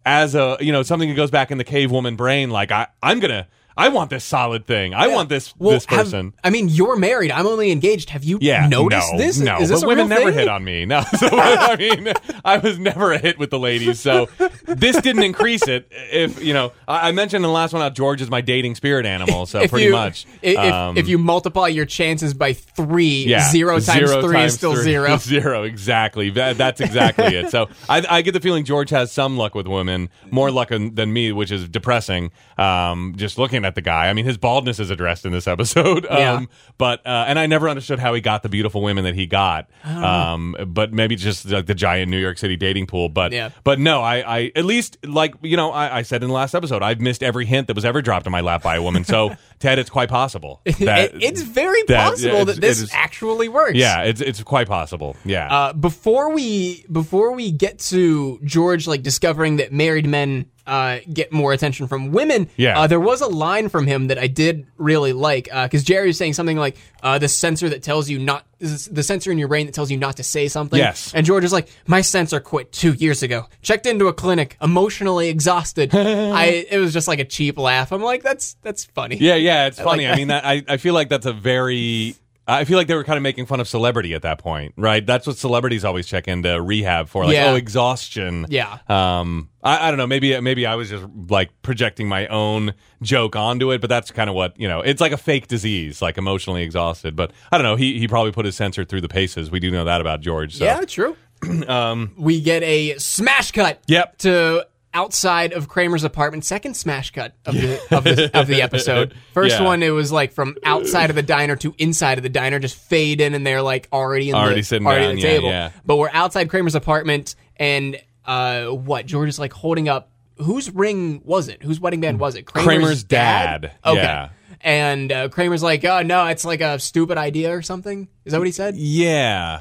as a you know, something that goes back in the cavewoman brain, like I, I'm gonna, I want this solid thing. I want this Well, this have- person. I mean, you're married. I'm only engaged. Have you yeah, noticed no, this? No, Is this but a women real never thing? hit on me. No, so, I mean, I was never a hit with the ladies, so this didn't increase it. If you know, I, I mentioned in the last one how George is my dating spirit animal, so If pretty you, much. i- If, Um, if you multiply your chances by three, yeah, zero times three times is still three zero. is Zero, exactly. That, that's exactly it. So I, I get the feeling George has some luck with women, more luck than than me, which is depressing. Um, just looking at the guy, I mean, his baldness is addressed in this episode. Um, Yeah. But uh, and I never understood how he got the beautiful women that he got. Oh. Um, but maybe just like the giant New York City dating pool. But Yeah. but no, I, I at least like you know I, I said in the last episode, I've missed every hint that was ever dropped in my lap by a woman. So Ted, it's quite possible. that- It- it's very that- yeah, possible it's- that it this is- actually works. yeah, it's it's quite possible. Yeah. Uh, before we before we get to George like discovering that married men uh, get more attention from women, Yeah. uh, there was a line from him that I did really like because Jerry was saying something like uh, the sensor that tells you not the sensor in your brain that tells you not to say something. Yes. and George is like, my sensor quit two years ago. Checked into a clinic, emotionally exhausted. I it was just like a cheap laugh. I'm like, that's that's funny. Yeah, yeah, it's funny. uh, like I mean, that, I I feel like that's a very. I feel like they were kind of making fun of celebrity at that point, right? That's what celebrities always check into rehab for, like Yeah. oh, exhaustion. Yeah. Um, I, I don't know. Maybe maybe I was just like projecting my own joke onto it, but that's kind of what you know. It's like a fake disease, like emotionally exhausted. But I don't know. He he probably put his sensor through the paces. We do know that about George. So. um, Yeah, true. we get a smash cut. Yep. To outside of Kramer's apartment. Second smash cut of the of the, of the episode. First Yeah. one, it was like from outside of the diner to inside of the diner, just fade in, and they're like already in the, Already sitting already down, at the yeah, table. yeah. But we're outside Kramer's apartment, and uh, what George is like holding up. Whose ring was it? Whose wedding band was it? Kramer's dad, Okay. yeah. And uh, Kramer's like, oh no, it's like a stupid idea or something. Is that what he said? Yeah.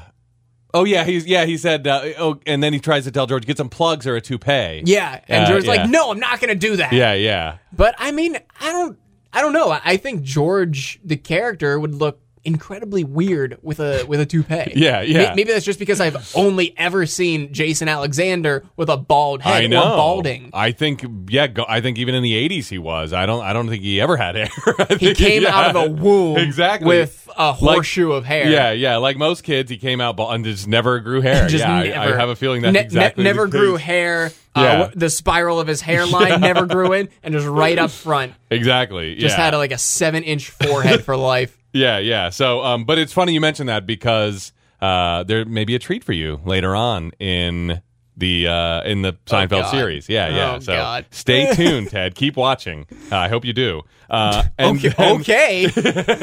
Oh yeah, he's yeah. He said, uh, oh, and then he tries to tell George, get some plugs or a toupee. Yeah. And Uh, George's yeah. like, no, I'm not going to do that. Yeah, yeah. But I mean, I don't, I don't know. I- I think George, the character, would look incredibly weird with a with a toupee. Yeah, yeah. May- Maybe that's just because I've only ever seen Jason Alexander with a bald head I know. or balding. I think yeah. Go, I think even in the '80s he was. I don't. I don't think he ever had hair. I He think came out of yeah. a womb exactly with a horseshoe of hair. Yeah, yeah. Like most kids, he came out bald and just never grew hair. Just yeah, I- I, never, have a feeling that ne- ne- exactly never the grew case. hair. Yeah. Uh, wh- the spiral of his hairline never grew in, and just right up front, Exactly. just yeah. had like a seven inch forehead for life. Yeah, yeah. So, um, but it's funny you mentioned that because uh, there may be a treat for you later on in the uh, in the Seinfeld Oh, God. series. Yeah, yeah. Oh, so God. stay tuned, Ted. Keep watching. Uh, I hope you do. Uh, and Okay. then- okay.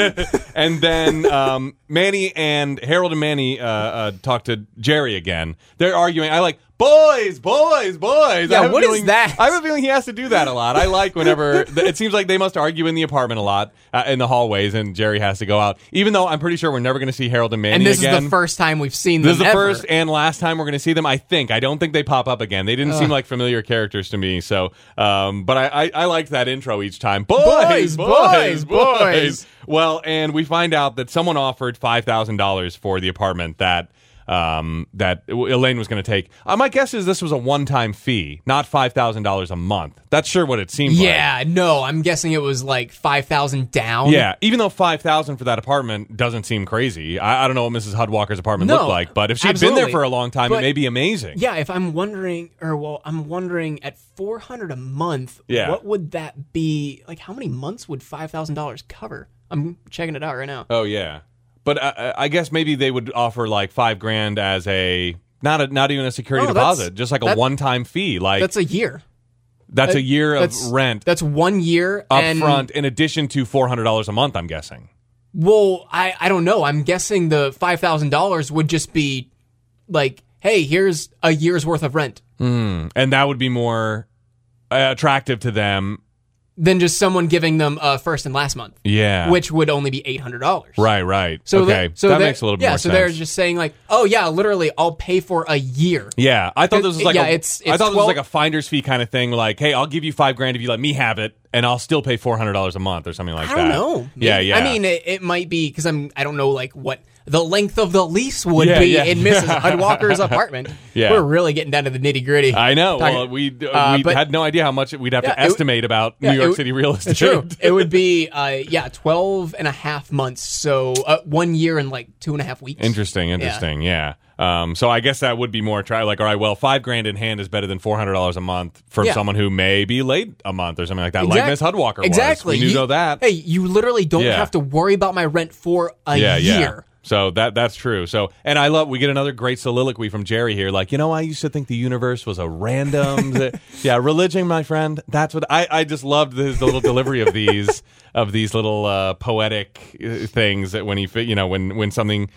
and then um, Manny and Harold and Manny uh, uh, talk to Jerry again. They're arguing. I like boys, boys, boys. Yeah, I have a what is feeling- that? I have a feeling he has to do that a lot. I like whenever th- it seems like they must argue in the apartment a lot uh, in the hallways, and Jerry has to go out. Even though I'm pretty sure we're never going to see Harold and Manny And this again. is the first time we've seen them. This is the ever. first and last time we're going to see them. I think. I don't think they pop up again. They didn't seem like familiar characters to me. So, um, but I, I, I liked that intro each time. Boys, Boys, boys, boys. boys. Well, and we find out that someone offered five thousand dollars for the apartment that. Um, that Elaine was going to take. Uh, my guess is this was a one-time fee, not five thousand dollars a month. That's sure what it seemed like. Yeah, no, I'm guessing it was like five thousand down. Yeah, even though five thousand for that apartment doesn't seem crazy. I, I don't know what Mrs. Hudwalker's apartment No, looked like, but if she had been there absolutely. for a long time, it But- may be amazing. Yeah, if I'm wondering, or well, I'm wondering at four hundred a month, Yeah. what would that be? Like, how many months would five thousand dollars cover? I'm checking it out right now. Oh yeah, but I- I, I guess maybe they would offer like five grand as a not a not even a security Oh, that's- deposit, just like a that- one time fee. Like that's, That's a year. a year of that's- rent That's one year up and, front, in addition to four hundred dollars a month. I'm guessing. Well, I I don't know. I'm guessing the five thousand dollars would just be like, hey, here's a year's worth of rent. And that would be more uh, attractive to them. Than just someone giving them uh, first and last month, Yeah. which would only be eight hundred dollars. right, right. So okay, they- so that they- makes a little bit yeah, more so sense. they're just saying like, oh yeah, literally, I'll pay for a year. yeah, I thought this was like Yeah, a, it's- I it's thought this was 12 like a finder's fee kind of thing. Like, hey, I'll give you five grand if you let me have it, and I'll still pay four hundred dollars a month or something like I that. don't know. Yeah, Maybe- yeah. I mean, it, it might be because I'm. I don't know like what the length of the lease would Yeah, be yeah. in Mrs. Hudwalker's apartment. Yeah. we're really getting down to the nitty gritty. I know. Talking- well, we uh, Uh, we but- had no idea how much we'd have Yeah, to it would- estimate about Yeah, New it York would- City real estate. It's true. it would be uh, yeah, 12 and a half months. So uh, one year and like two and a half weeks. Interesting, interesting, yeah. Um, so I guess that would be more try like, all right, well, five grand in hand is better than four hundred dollars a month from Yeah. someone who may be late a month or something like that, like Exact- Miss Hudwalker Exactly. was. We knew You- know that. Hey, you literally don't Yeah. have to worry about my rent for a yeah, year. yeah. So that that's true. So and I love we get another great soliloquy from Jerry here. Like you know, I used to think the universe was a random. th- yeah, religion, my friend. That's what I I just loved his little delivery of these of these little uh, poetic uh, things that when he fi- you know when when something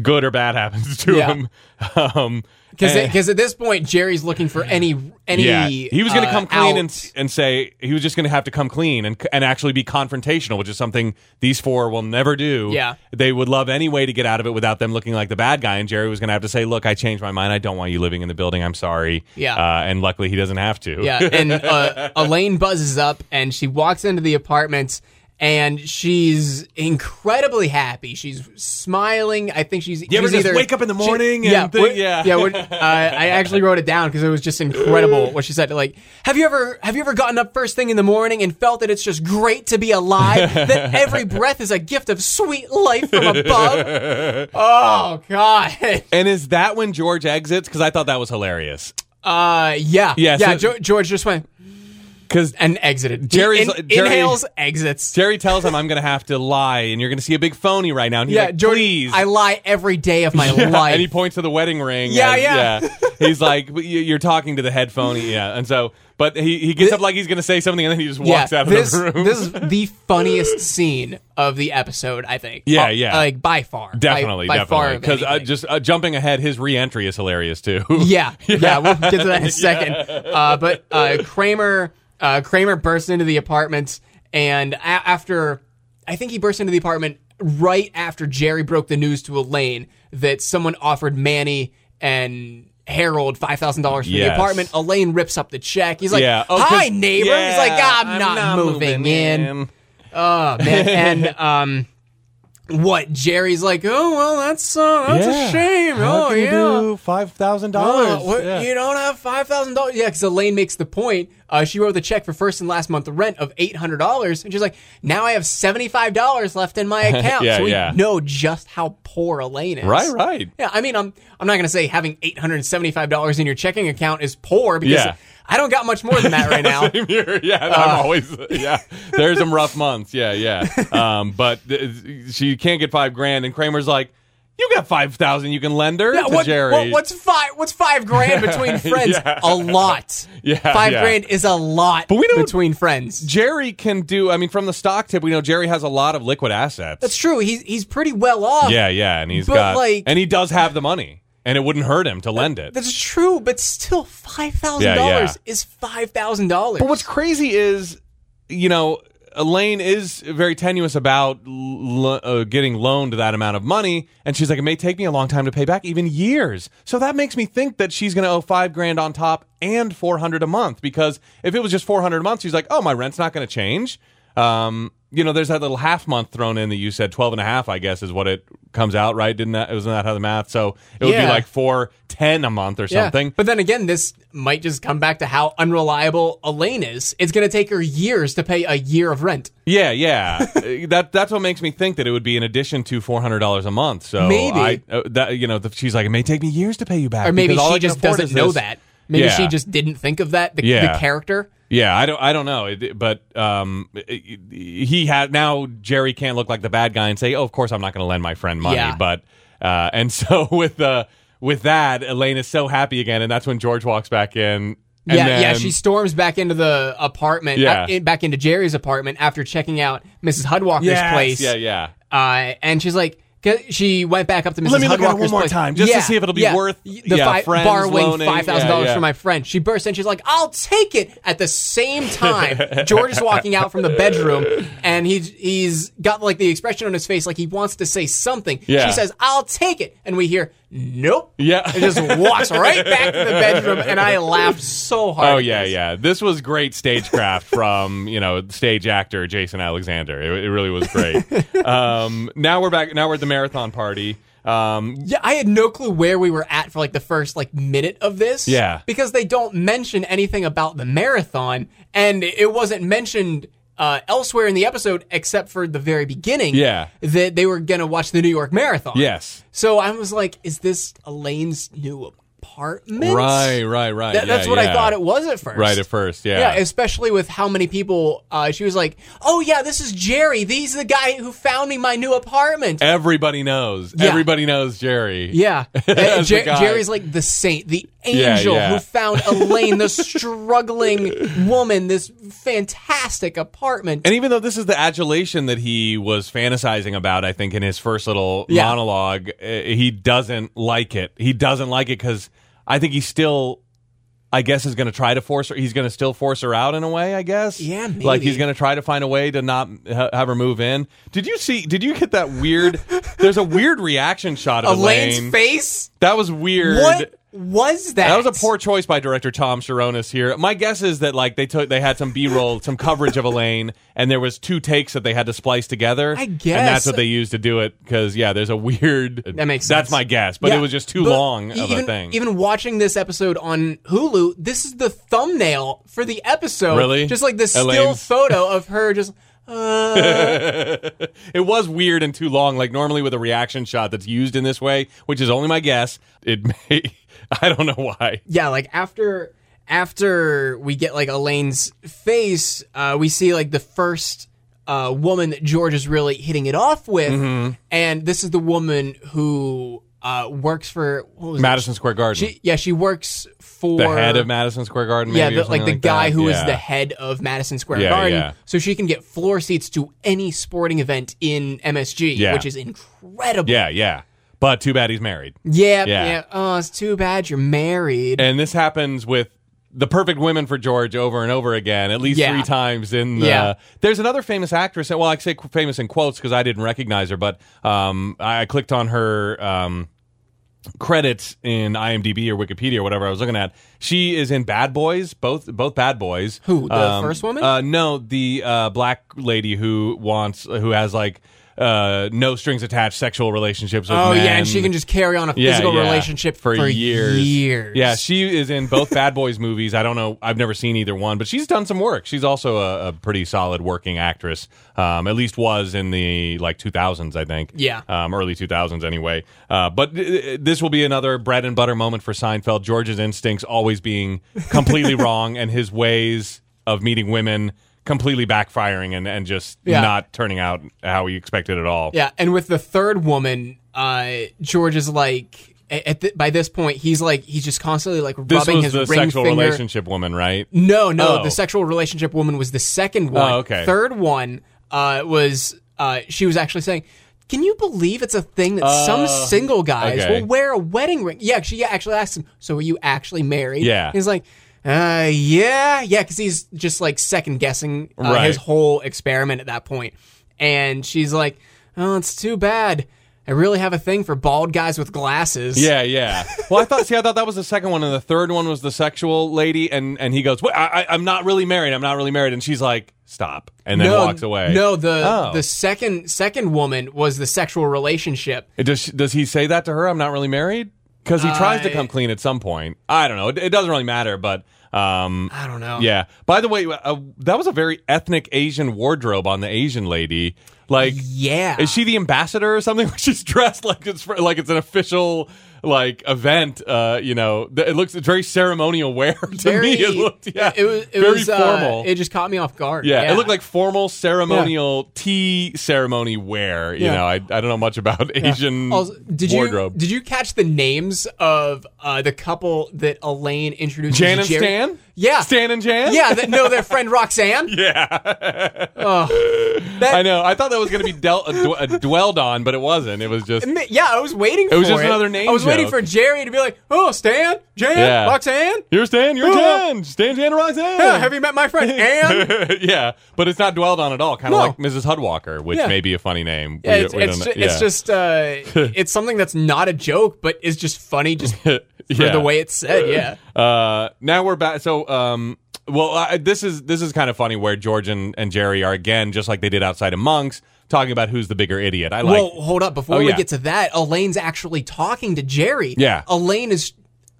good or bad happens to Yeah. him. Um, Because and- at this point, Jerry's looking for any any. yeah, he was going to uh, come clean and, out. s- and say he was just going to have to come clean and and actually be confrontational, which is something these four will never do. Yeah. they would love any way to get out of it without them looking like the bad guy. And Jerry was going to have to say, "Look, I changed my mind. I don't want you living in the building. I'm sorry." Yeah. uh, and luckily he doesn't have to. Yeah, and uh, Elaine buzzes up and she walks into the apartment and she's incredibly happy. She's smiling. I think she's. You ever she's just either- wake up in the she- morning and yeah, think- we're- yeah. yeah. we're- uh, I actually wrote it down because it was just incredible what she said. Like, have you ever have you ever gotten up first thing in the morning and felt that it's just great to be alive? that every breath is a gift of sweet life from above. Oh God. and is that when George exits? Because I thought that was hilarious. Uh, yeah, Yeah, yeah. so- Jo- George just went. Because and exited. He Jerry's- in- Jerry- inhales, exits. Jerry tells him, "I'm going to have to lie, and you're going to see a big phony right now." And he's yeah, like, George, please, I lie every day of my Yeah, life. And he points to the wedding ring. Yeah, and- yeah. He's like, "But you- you're talking to the headphone. Yeah. And so, but he, he gets up like he's going to say something and then he just yeah, walks out of this, the room. this is the funniest scene of the episode, I think. Uh, Yeah, yeah. like by far, By- definitely, by, definitely. Because uh, just uh, jumping ahead, his reentry is hilarious too. yeah, yeah, We'll get to that in a second. Uh, but uh, Kramer, uh, Kramer bursts into the apartment, and a- after I think he burst into the apartment right after Jerry broke the news to Elaine that someone offered Manny and. Harold five thousand dollars for the Yes. apartment. Elaine rips up the check. He's like, yeah. Oh, 'cause- "Hi, neighbor." yeah, He's like, "Ah, "I'm, not, moving, in. Oh man, and um, what? Jerry's like, "Oh well, that's uh, that's a shame. oh yeah, five thousand Oh, what- You don't have five thousand dollars? Yeah, because Elaine makes the point. Uh, she wrote the check for first and last month rent of eight hundred dollars, and she's like, "Now I have seventy five dollars left in my account." Yeah, so we yeah. know just how poor Elaine is. Right, right. Yeah, I mean, I'm I'm not gonna say having eight hundred seventy five dollars in your checking account is poor because Yeah. I don't got much more than that right now. Same here. Yeah, Uh, I'm always yeah. There's some rough months. Yeah, yeah. Um, but th- she can't get five grand, and Kramer's like, "You got five thousand. You can lend her Yeah, to what- Jerry." what- what's five? What's five grand between friends? Yeah. A lot. Yeah, five yeah. grand is a lot. But we don't- between friends. Jerry can do. I mean, from the stock tip, we know Jerry has a lot of liquid assets. That's true. He's he's pretty well off. yeah, yeah, and he's But, got like- and he does have the money, and it wouldn't hurt him to lend it. That's true, but still, five thousand Yeah, yeah. dollars is five thousand dollars. But what's crazy is, you know, Elaine is very tenuous about l- uh, getting loaned that amount of money, and she's like, it may take me a long time to pay back, even years. So that makes me think that she's going to owe five grand on top and four hundred a month. Because if it was just four hundred a month, she's like, oh, my rent's not going to change. Um, you know, there's that little half month thrown in that you said 12 and a half, I guess, is what it comes out, right? Didn't that, wasn't that how the math? So it would be Yeah. like 410 a month or something. But then again, this might just come back to how unreliable Elaine is. It's going to take her years to pay a year of rent. Yeah, yeah. Uh, that that's what makes me think that it would be in addition to four hundred dollars a month. So Maybe. I, uh, that you know the, she's like it may take me years to pay you back. Or maybe because all I she can just afford doesn't is know this." that. Maybe Yeah. she just didn't think of that. The, Yeah. the character. Yeah, I don't I don't know, It- but um, he had now Jerry can't look like the bad guy and say, oh, of course I'm not going to lend my friend money, Yeah. but uh, and so with uh with that, Elaine is so happy again, and that's when George walks back in. And yeah, then, yeah. She storms back into the apartment, Yeah. uh, in- back into Jerry's apartment after checking out Mrs. Hudwalker's Yes, place. Yeah, yeah. Uh, and she's like, 'cause she went back up to Mrs. Let me look at it Hudwalker's one more place. time, just to see if it'll be worth- The yeah, fi- friends borrowing loaning, five thousand yeah, dollars yeah. from my friend. She bursts in. She's like, "I'll take it." At the same time, George is walking out from the bedroom, and he he's got like the expression on his face like he wants to say something. Yeah. She says, "I'll take it," and we hear, nope. Yeah. And just walks right back to the bedroom, and I laughed so hard. Oh at yeah, this. yeah. This was great stagecraft from you know stage actor Jason Alexander. It, it really was great. um, now we're back. Now we're at the marathon party. Um, Yeah, I had no clue where we were at for like the first like minute of this. Yeah. Because they don't mention anything about the marathon and it wasn't mentioned uh, elsewhere in the episode except for the very beginning. Yeah. That they were going to watch the New York Marathon. yes. So I was like, is this Elaine's new apartment? Right, right, right. That, that's Yeah, what I yeah. thought it was at first. Right at first, yeah. Yeah, especially with how many people uh, she was like, "Oh yeah, this is Jerry. He's the guy who found me my new apartment." Everybody knows. Yeah. Everybody knows Jerry. Yeah. Uh, As the Jer- guy. Jerry's like the saint, the Yeah, angel yeah. who found Elaine, the struggling woman, this fantastic apartment. And even though this is the adulation that he was fantasizing about, I think in his first little Yeah. monologue, uh, he doesn't like it. He doesn't like it because I think he still, I guess, is going to try to force her. He's going to still force her out in a way. I guess. Yeah, Like maybe. he's going to try to find a way to not ha- have her move in. Did you see? Did you get that weird? there's a weird reaction shot of Elaine's Elaine. face? that was weird. What was that? That was a poor choice by director Tom Sharonis here. My guess is that like they took they had some B roll, some coverage of Elaine, and there was two takes that they had to splice together. I and guess. that's what they used to do it because yeah, there's a weird. That makes sense. That's my guess, but Yeah, it was just too but long of even, a thing. Even watching this episode on Hulu, this is the thumbnail for the episode. Really? Just like this still Elaine's- photo of her just. Uh, it was weird and too long. Like normally with a reaction shot that's used in this way, which is only my guess. It may. I don't know why. yeah, like after after we get like Elaine's face, uh, we see like the first uh, woman that George is really hitting it off with, Mm-hmm. and this is the woman who uh, works for what was it? Madison Square Garden. She- yeah, she works for the head of Madison Square Garden. yeah, maybe, the, or like something the guy that. who is Yeah. the head of Madison Square Yeah, Garden, yeah. so she can get floor seats to any sporting event in MSG, Yeah. which is incredible. Yeah, yeah. But too bad he's married. yeah, Yeah. yeah. Oh, it's too bad you're married. and this happens with the perfect women for George over and over again, at least Yeah. three times. In the, Yeah. there's another famous actress. Well, I say qu- famous in quotes because I didn't recognize her, but um, I I clicked on her um, credits in IMDb or Wikipedia or whatever I was looking at. She is in Bad Boys, both both Bad Boys. Who, the first woman? Uh, no, the uh, black lady who wants who has like uh, no strings attached sexual relationships. With Oh yeah, men. and she can just carry on a Yeah, physical yeah. relationship for, years. years. Yeah, she is in both Bad Boys movies. I don't know. I've never seen either one, but she's done some work. She's also a, a pretty solid working actress. Um, at least was in the like 2000s, I think. Yeah. Um, early 2000s, anyway. Uh, but th- this will be another bread and butter moment for Seinfeld. George's instincts always being completely wrong, and his ways of meeting women completely backfiring and, and just Yeah. not turning out how he expected at all. yeah. And with the third woman, uh, George is like, at th- by this point, he's like, he's just constantly like This rubbing was his the ring sexual finger. relationship woman, right? No, no, Oh. the sexual relationship woman was the second one. Oh, okay. Third one uh, was uh, she was actually saying. Can you believe it's a thing that some single guys Uh, okay. will wear a wedding ring? Yeah, she actually asked him, "So are you actually married?" Yeah. he's like, "Uh, yeah, yeah," because he's just like second guessing uh, Right. his whole experiment at that point. And she's like, "Oh, it's too bad. I really have a thing for bald guys with glasses." Yeah, yeah. Well, I thought. See, I thought that was the second one, and the third one was the sexual lady, and and he goes, "Wait, I, I, I'm not really married. I'm not really married." And she's like, "Stop," and then walks away. No, the Oh. the second second woman was the sexual relationship. It Does she- does he say that to her? I'm not really married because he tries to come clean at some point. I don't know. It, it doesn't really matter, but um, I don't know. yeah. By the way, uh, that was a very ethnic Asian wardrobe on the Asian lady. Like, Yeah. Is she the ambassador or something? She's dressed like it's for, like it's an official like event. Uh, you know, Th- it looks it's very ceremonial wear to Very- me. It looked yeah, It was it very was, uh, formal. it just caught me off guard. yeah, it looked like formal ceremonial tea ceremony wear. You Yeah. know, I, I don't know much about Asian Also, did wardrobe. you did you catch the names of uh, the couple that Elaine introduced? Jan and Jerry? Stan? Yeah. Stan and Jan? Yeah, that, no, their friend Roxanne. I know. I thought that was going to be dealt, uh, dw- uh, dwelled on, but it wasn't. It was just. Yeah, I was waiting. It was for just another name I was waiting joke. for Jerry to be like, "Oh, Stan, Jan, Yeah. Roxanne, You're Stan. You're Oh. Jan. Stan, Jan, Roxanne. yeah, have you met my friend Anne?" yeah, but it's not dwelled on at all. Kind of No. like Mrs. Hudwalker, which Yeah. may be a funny name. Yeah, We- it's, we don't it's, know. ju- it's Yeah. just uh, it's something that's not a joke, but is just funny just for Yeah. the way it's said. Yeah, Uh, now we're back. So, um, well, I, this is this is kind of funny where George and, and Jerry are again, just like they did outside of Monks, talking about who's the bigger idiot. I like. well, hold up. Before Oh, we yeah. get to that, Elaine's actually talking to Jerry. Yeah. Elaine is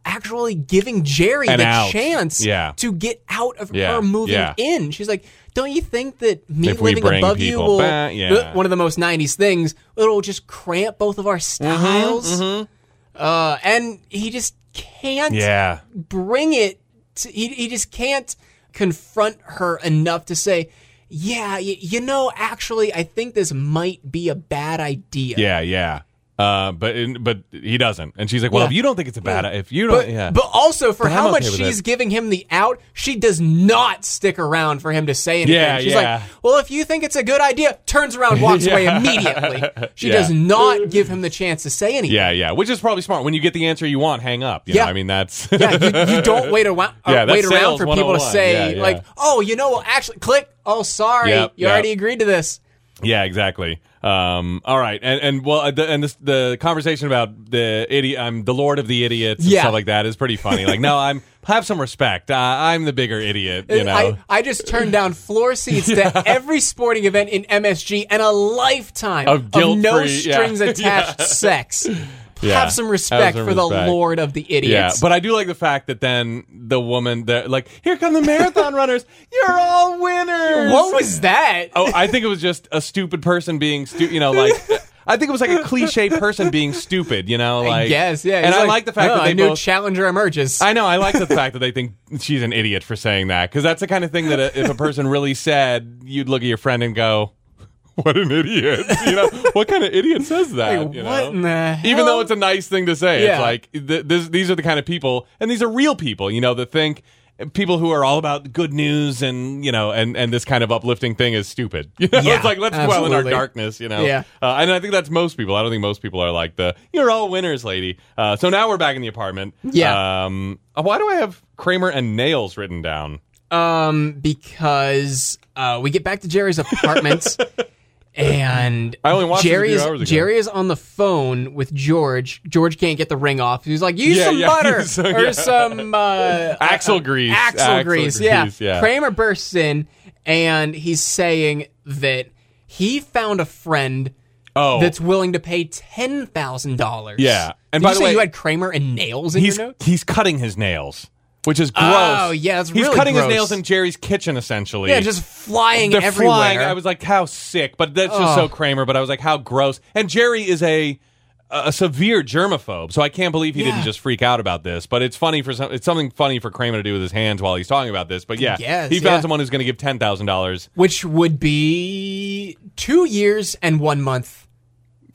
actually giving Jerry An the out. chance Yeah. to get out of Yeah, her moving yeah. in. She's like, don't you think that me If we living bring above you people will, back- yeah. one of the most 90s things, it'll just cramp both of our Mm-hmm, styles? Uh, and he just can't yeah, bring it. To, he, he just can't confront her enough to say, yeah, y- you know, actually, I think this might be a bad idea. yeah, yeah. Uh, but in- but he doesn't, and she's like, "Well, Yeah. if you don't think it's a bad, if you don't, But, yeah, but also for how I'm much okay with she's it. giving him the out, she does not stick around for him to say anything. Yeah, she's yeah. like, "Well, if you think it's a good idea," turns around, walks away Yeah. immediately. She Yeah. does not give him the chance to say anything. yeah, yeah," which is probably smart. When you get the answer you want, hang up. You Yeah. know? I mean that's Yeah, you, you don't wait around. uh, Yeah, that's wait around sales for people to 101. say Yeah, yeah. like, "Oh, you know, well, actually, click. Oh, sorry, Yep, you yep. already agreed to this." Yeah, exactly. Um, all right, and and well, uh, the, and this, the conversation about the idiot, I'm the lord of the idiots, and Yeah. stuff like that is pretty funny. Like, no, I'm have some respect. Uh, I'm the bigger idiot, you know. Uh, I, I just turned down floor seats to every sporting event in MSG and a lifetime Of guilt-free, no yeah. strings attached sex. Yeah. Have some respect Have some for respect. the Lord of the yeah, Idiots. but I do like the fact that then the woman, that like, here come the marathon runners. You're all winners. what was that? Oh, I think it was just a stupid person being stupid. You know, like I think it was like a cliche person being stupid. You know, like I guess, yeah. he's And I like the fact "Oh, that they a new both challenger emerges. I know. I like the fact that they think she's an idiot for saying that because that's the kind of thing that a, if a person really said, you'd look at your friend and go, "What an idiot!" You know, what kind of idiot says that? Like, you what know? in the Even hell? though it's a nice thing to say, Yeah. it's like th- this, these are the kind of people, and these are real people. You know, that think people who are all about good news and you know, and and this kind of uplifting thing is stupid. You know, Yeah, it's like let's dwell in our absolutely. darkness. You know, Yeah. uh, and I think that's most people. I don't think most people are like the "you're all winners" lady. Uh, so now we're back in the apartment. Yeah. Um, why do I have Kramer and Nails written down? um, because uh, we get back to Jerry's apartment, and I only watched this a few Jerry is- hours ago. Jerry is on the phone with George. George can't get the ring off. He's like, "Use Yeah, some yeah, butter use some- or yeah. some uh, Axle uh, grease. Axle, Axle grease. grease, Yeah. yeah. Kramer bursts in, and he's saying that he found a friend. Oh. That's willing to pay ten thousand dollars. Yeah. And Did by you the say way- you had Kramer and nails in He's your notes. he's cutting his nails, which is gross. Oh, yeah, that's he's really cutting his gross. nails in Jerry's kitchen, essentially. Yeah, just flying They're everywhere. flying. I was like, how sick, but that's just so Kramer. But I was like, how gross. And Jerry is a a severe germaphobe, so I can't believe he didn't Yeah. just freak out about this. But it's funny for some. It's something funny for Kramer to do with his hands while he's talking about this. But yeah, guess, he found yeah. someone who's going to give ten thousand dollars. which would be two years and one month,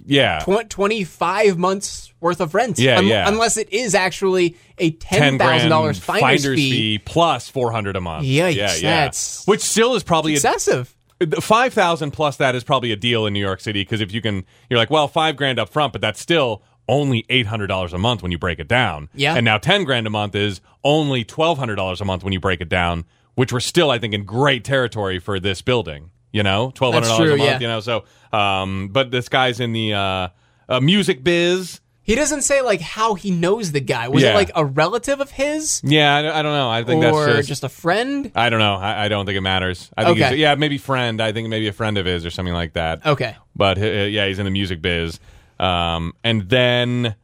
Yeah, tw- 25 months worth of rent. Yeah, yeah. Unless it is actually a ten grand $10,000 finder's, fee. plus four hundred a month. Yikes, yeah, yeah. that's- which still is probably a Excessive. five thousand plus that is probably a deal in New York City because if you can, you're like, well, five grand up front, but that's still only eight hundred dollars a month when you break it down. Yeah. and now ten grand a month is only twelve hundred dollars a month when you break it down, which we're still, I think, in great territory for this building. You know, twelve hundred dollars true, a month. yeah. You know, so um, but this guy's in the uh, uh music biz. He doesn't say like how he knows the guy. Was Yeah. it like a relative of his Yeah, I, I don't know. I think or that's just, a friend? I don't know. I, I don't think it matters. I think Okay. he's, yeah, maybe friend. I think maybe a friend of his or something like that. Okay. But uh, yeah, he's in the music biz. Um, and then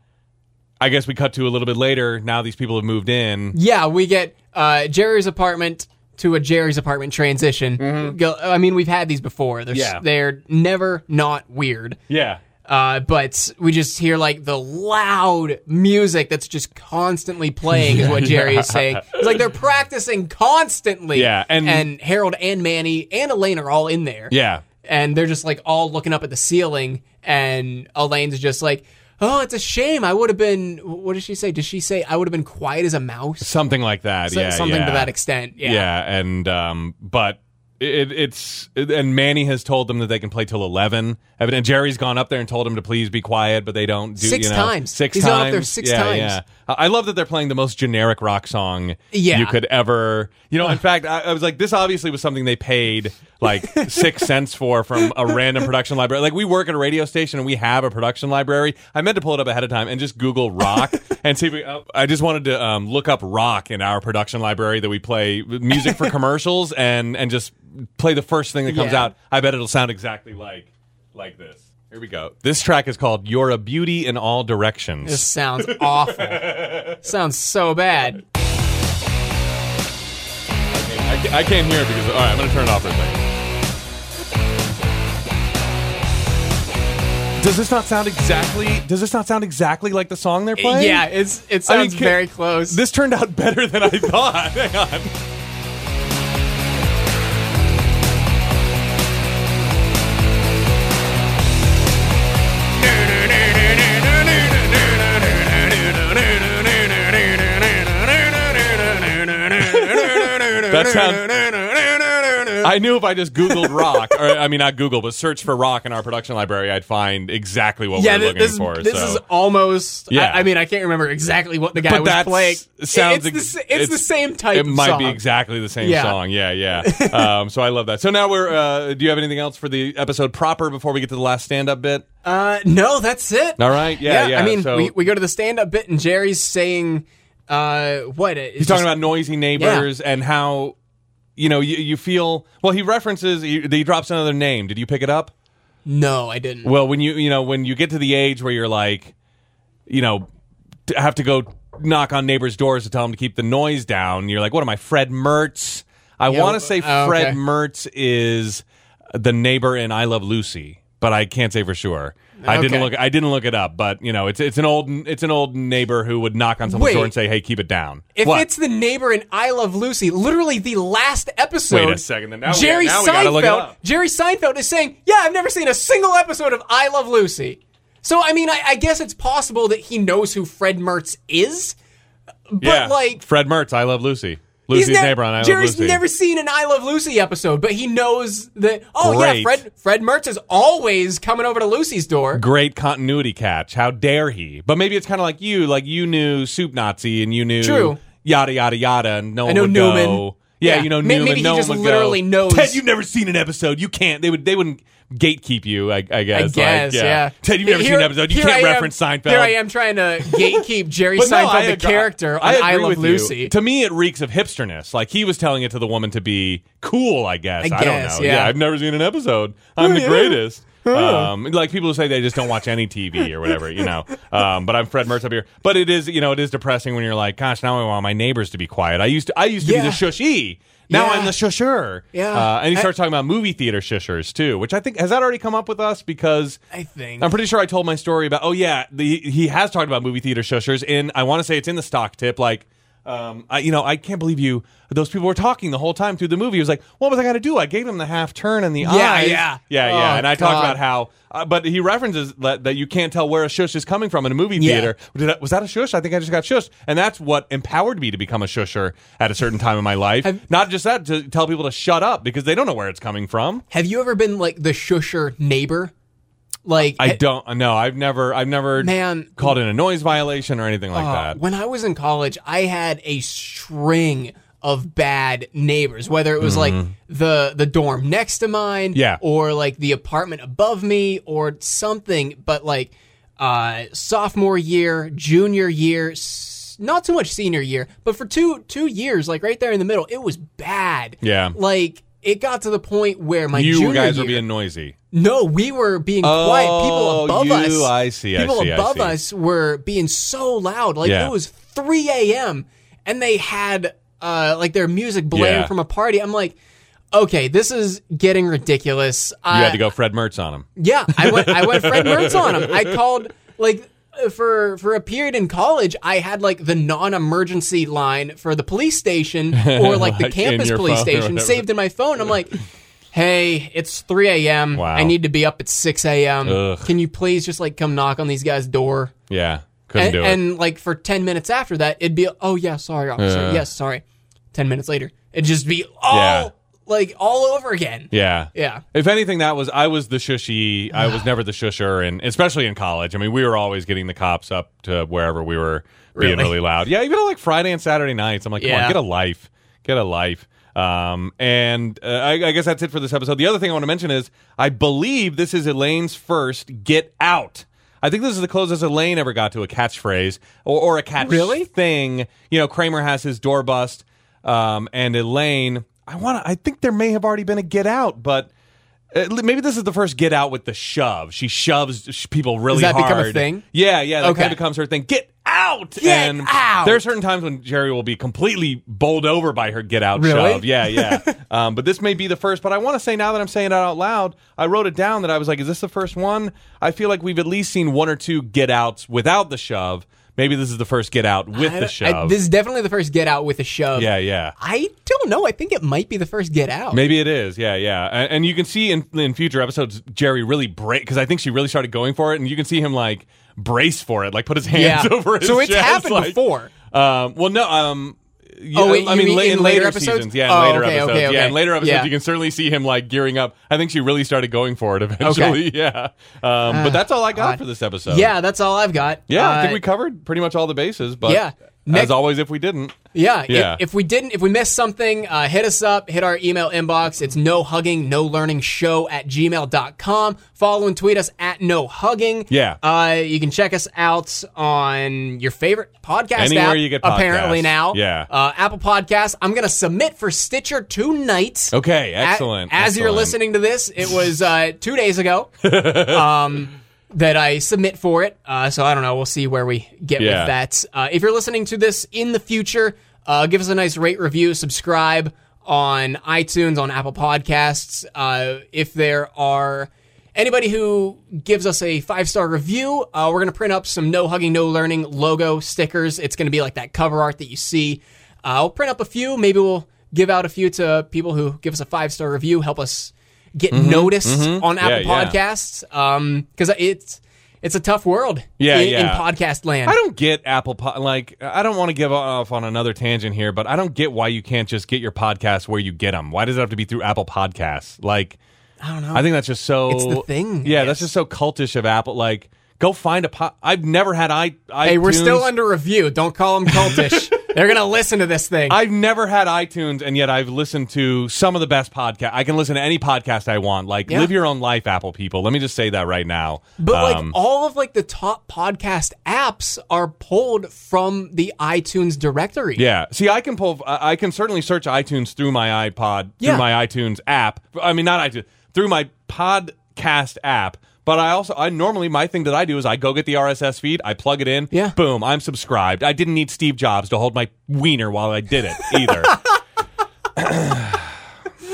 I guess we cut to a little bit later. Now these people have moved in. Yeah, we get uh, Jerry's apartment to a Jerry's apartment transition. Go, I mean, we've had these before. They're, s- Mm-hmm. Yeah. they're never not weird. Yeah. Uh, but we just hear like the loud music that's just constantly playing is what Jerry is saying. It's like they're practicing constantly. Yeah, and- Harold and Manny and Elaine are all in there. Yeah. and they're just like all looking up at the ceiling, and Elaine's just like, "Oh, it's a shame. I would have been. What did she say? Did she say I would have been quiet as a mouse? Something like that. So- yeah. something yeah. to that extent. Yeah. Yeah. And, um, but it, it's and Manny has told them that they can play till eleven. And Jerry's gone up there and told him to please be quiet, but they don't do Six you know, times. Six He's times. gone up there six yeah, times. Yeah. I I love that they're playing the most generic rock song Yeah. you could ever. You know, in fact, I, I was like, this obviously was something they paid like six cents for from a random production library. Like we work at a radio station and we have a production library. I meant to pull it up ahead of time and just Google rock and see. If we, uh, I just wanted to um, look up rock in our production library that we play music for commercials and and just play the first thing that comes Yeah. out. I bet it'll sound exactly like like this. Here we go. This track is called "You're a Beauty in All Directions." This sounds awful. sounds so bad. I, ca- I can't hear it because all right, I'm gonna turn it off for a second. Does this not sound exactly? Does this not sound exactly like the song they're playing? Eh, Yeah, it's it I mean, sounds can- very close. This turned out better than I thought. Hang on. That sounds- I knew if I just Googled rock, or I mean not Google, but search for rock in our production library, I'd find exactly what yeah, we thi- we're this, looking for. this so. is almost. Yeah. I, I mean, I can't remember exactly what the guy But was that's- playing. sounds it's, the, ex- sa- it's, the it's- same type. it of might be song. exactly the same Yeah. song. Yeah, yeah. um, so I love that. So now we're. Uh, do you have anything else for the episode proper before we get to the last stand-up bit? Uh, no, that's it. All right. Yeah, yeah. I mean, So- we, we go to the stand-up bit, and Jerry's saying, uh, "What?" He's talking about noisy neighbors and how you know you, you feel. Well, he references. He, he drops another name. Did you pick it up? No, I didn't. Well, when you you know when you get to the age where you're like, you know, t- have to go knock on neighbors' doors to tell them to keep the noise down. You're like, what am I, Fred Mertz? I want to say oh, Fred okay. Mertz is the neighbor in I Love Lucy, but I can't say for sure. I didn't Okay. look. I didn't look it up, but you know, it's it's an old it's an old neighbor who would knock on someone's Wait. door and say, "Hey, keep it down." If What? it's the neighbor in I Love Lucy, literally the last episode. Wait a second, then now we- Jerry now we gotta Seinfeld. look it up. Jerry Seinfeld is saying, "Yeah, I've never seen a single episode of I Love Lucy." So I mean, I, I guess it's possible that he knows who Fred Mertz is, but yeah, like Fred Mertz, I Love Lucy. he's Lucy's ne- neighbor on I Love Jerry's Lucy. never seen an I Love Lucy episode, but he knows that. Oh yeah, Great. Fred Fred Mertz is always coming over to Lucy's door. great continuity catch. How dare he? But maybe it's kind of like you, like you knew Soup Nazi and you knew True. yada yada yada, and no one know would Newman. go. Yeah, Yeah. you know May- Newman. maybe he no just one would literally go, knows- Ted, you've never seen an episode. You can't. They would. They wouldn't gatekeep you. I, I guess. I Like, guess, yeah. Ted, you've never Here- seen an episode. You here I can't am- reference Seinfeld. Here I am trying to gatekeep Jerry But no, Seinfeld, I the agree- character on I, I, agree Love with you. Lucy. To me, it reeks of hipsterness. Like he was telling it to the woman to be cool. I guess. I I, don't guess, know. yeah. I've never seen an episode. I'm the yeah. greatest. Um, like people who say they just don't watch any TV or whatever, you know. Um, but I'm Fred Mertz up here. But it is, you know, it is depressing when you're like, gosh, now I want my neighbors to be quiet. I used to, I used to Yeah. be the shushy. Now Yeah. I'm the shusher. Yeah. Uh, and he I- starts talking about movie theater shushers too, which I think has that already come up with us because I think. I'm pretty sure I told my story about. Oh yeah, the, he has talked about movie theater shushers in. I want to say it's in the stock tip. Like, um, I, you know, I can't believe you. Those people were talking the whole time through the movie. It was like, what was I going to do? I gave him the half turn and the Yeah, eyes. yeah. yeah, Oh, yeah. And I God. talked about how. Uh, but he references that, that you can't tell where a shush is coming from in a movie Yeah. theater. Did I, was that a shush? I think I just got shushed, and that's what empowered me to become a shusher at a certain time in my life. Not just that, to tell people to shut up because they don't know where it's coming from. Have you ever been like the shusher neighbor? Like I don't know. I've never I've never Man. Oh, called in a noise violation or anything like that. Uh, When I was in college, I had a string of bad neighbors, whether it was like the the dorm next to mine, Mm-hmm. Yeah. or like the apartment above me, or something. But like uh, sophomore year, junior year, s- not so much senior year, but for two two years, like right there in the middle, it was bad. Yeah. like it got to the point where my You junior guys year, were being noisy. No, we were being Oh, quiet. People above us. you- I see, I People see, I above see. us were being so loud. Like Yeah. it was 3 a.m. and they had uh, like their music blaring Yeah. from a party. I'm like, okay, this is getting ridiculous. You had to go Fred Mertz on him. Yeah, I went. I went Fred Mertz on him. I called like for for a period in college. I had like the non-emergency line for the police station or like the Like, in campus your police phone or station whatever. saved in my phone. I'm like. Hey, it's 3 a.m. Wow. I need to be up at 6 a.m. Ugh. Can you please just like come knock on these guys' door? Yeah, couldn't And, do it. and like for 10 minutes after that, it'd be, oh, yeah, sorry, officer. Yeah. Yes, sorry. 10 minutes later, it'd just be all Yeah. like all over again. Yeah. Yeah. If anything, that was I was the shushy. I was never the shusher, and especially in college. I mean, we were always getting the cops up to wherever we were being Really? really loud. Yeah, even on like Friday and Saturday nights. I'm like, come Yeah. on, get a life, get a life. Um, and uh, I, I guess that's it for this episode. The other thing I want to mention is I believe this is Elaine's first "Get Out." I think this is the closest Elaine ever got to a catchphrase or, or a catch Really? thing. You know, Kramer has his door bust, um, and Elaine. I want. to I think there may have already been a Get Out, but uh, li- maybe this is the first Get Out with the shove. She shoves sh- people really that hard. become a thing? Yeah, yeah. That Okay. kind of becomes her thing. Get out! Get and out! There are certain times when Jerry will be completely bowled over by her Get Out Really? shove. Yeah, yeah. um, but this may be the first. But I want to say now that I'm saying it out loud, I wrote it down that I was like, is this the first one? I feel like we've at least seen one or two Get Outs without the shove. Maybe this is the first Get Out with I the don't- I- shove. this is definitely the first get out with a shove. yeah, yeah. I don't know. I think it might be the first get out. Maybe it is. Yeah, yeah. A- And, you can see in in future episodes Jerry really break because I think she really started going for it, and you can see him like brace for it, like put his hands Yeah. over his. So it's chest, happened like- before. Um. Well, no. Um. Yeah, Oh, wait, I you mean, mean la- in in later later, episodes? seasons, yeah, in Oh, later okay, episodes, okay, yeah, okay. in later episodes, Yeah. you can certainly see him like gearing up. I think she really started going for it eventually, yeah. Um, but that's all I got God. for this episode. Ah, Yeah, that's all I've got. yeah. I Uh, think we covered pretty much all the bases, but Yeah. as Next- always, if we didn't, Yeah. if- Yeah. If, we didn't, if we missed something, uh, hit us up, hit our email inbox. It's no hugging, no learning show at gmail.com. Follow and tweet us at no hugging. Yeah. Uh, you can check us out on your favorite podcast Anywhere app, you get apparently podcasts. now. Yeah. Uh, Apple Podcasts. I'm going to submit for Stitcher tonight. okay, A- excellent. as you're excellent. listening to this, it was uh, two days ago um, that I submit for it. Uh, so I don't know. We'll see where we get Yeah. with that. Uh, if you're listening to this in the future, uh, give us a nice rate review, subscribe on iTunes, on Apple Podcasts. Uh, if there are anybody who gives us a five star review, uh, we're going to print up some No Hugging, No Learning logo stickers. It's going to be like that cover art that you see. Uh, I'll print up a few. Maybe we'll give out a few to people who give us a five star review. Help us get noticed on Apple Mm-hmm. Yeah, yeah. Podcasts because it's it's a tough world. Yeah, in, in yeah. podcast land. I don't get Apple Pod. Like, I don't want to give off on another tangent here, but I don't get why you can't just get your podcasts where you get them. Why does it have to be through Apple Podcasts? Like, I don't know. I think that's just so. It's the thing, I Yeah, that's guess. just so cultish of Apple. Like, go find a pod. I've never had i. hey, we're iTunes- still under review. Don't call them cultish. They're gonna listen to this thing. I've never had iTunes, and yet I've listened to some of the best podcast. I can listen to any podcast I want. Like, Yeah. live your own life, Apple people. Let me just say that right now. but Um, like all of like the top podcast apps are pulled from the iTunes directory. Yeah. See, I can pull. I I can certainly search iTunes through my iPod, Yeah. through my iTunes app. I mean, not iTunes, through my podcast app. But I also, I normally my thing that I do is I go get the RSS feed, I plug it in, Yeah. boom, I'm subscribed. I didn't need Steve Jobs to hold my wiener while I did it either.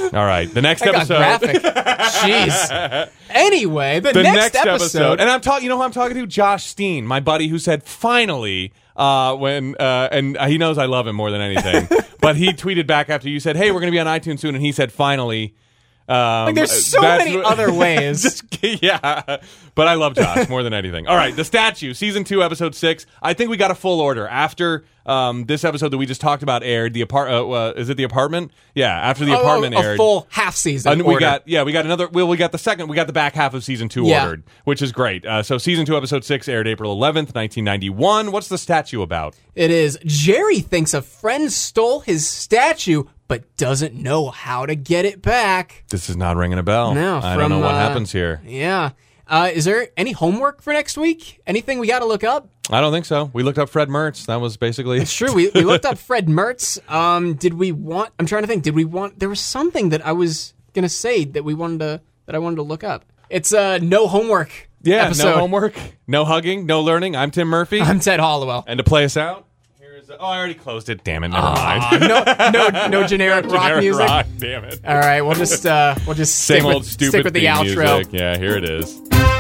All right, the next I got episode. graphic. Jeez. Anyway, the, the next, episode. And I'm talking, you know who I'm talking to? Josh Steen, my buddy who said finally uh, when, uh, and he knows I love him more than anything, but he tweeted back after you said, hey, we're going to be on iTunes soon. And he said, finally. Um, like there's so many other ways. yeah, but I love Josh more than anything. All right, the statue, season two, episode six. I think we got a full order after um, this episode that we just talked about aired. The apart uh, uh, is it the apartment? Yeah, after the Oh, apartment a aired, full half season. and we order. got yeah, we got another. Well, we got the second. We got the back half of season two Yeah. ordered, which is great. Uh, so season two, episode six, aired April eleventh, nineteen ninety one. What's the statue about? It is Jerry thinks a friend stole his statue but doesn't know how to get it back. This is not ringing a bell. No, I don't know from, what uh, happens here. Yeah. Uh, is there any homework for next week? Anything we got to look up? I don't think so. We looked up Fred Mertz. That was basically Sure, we, we looked up Fred Mertz. Um, did we want? I'm trying to think. Did we want? There was something that I was gonna say that we wanted to that I wanted to look up. It's uh, no homework. yeah. episode. No homework, no hugging, no learning. I'm Tim Murphy, I'm Ted Hollowell. and to play us out, here is. oh, I already closed it. Damn it. Never mind. No, no, no generic rock Generic music. rock, Damn it. All right, we'll just uh, we'll just Same stick old with, stupid stick with the theme outro. music. Yeah, here it is.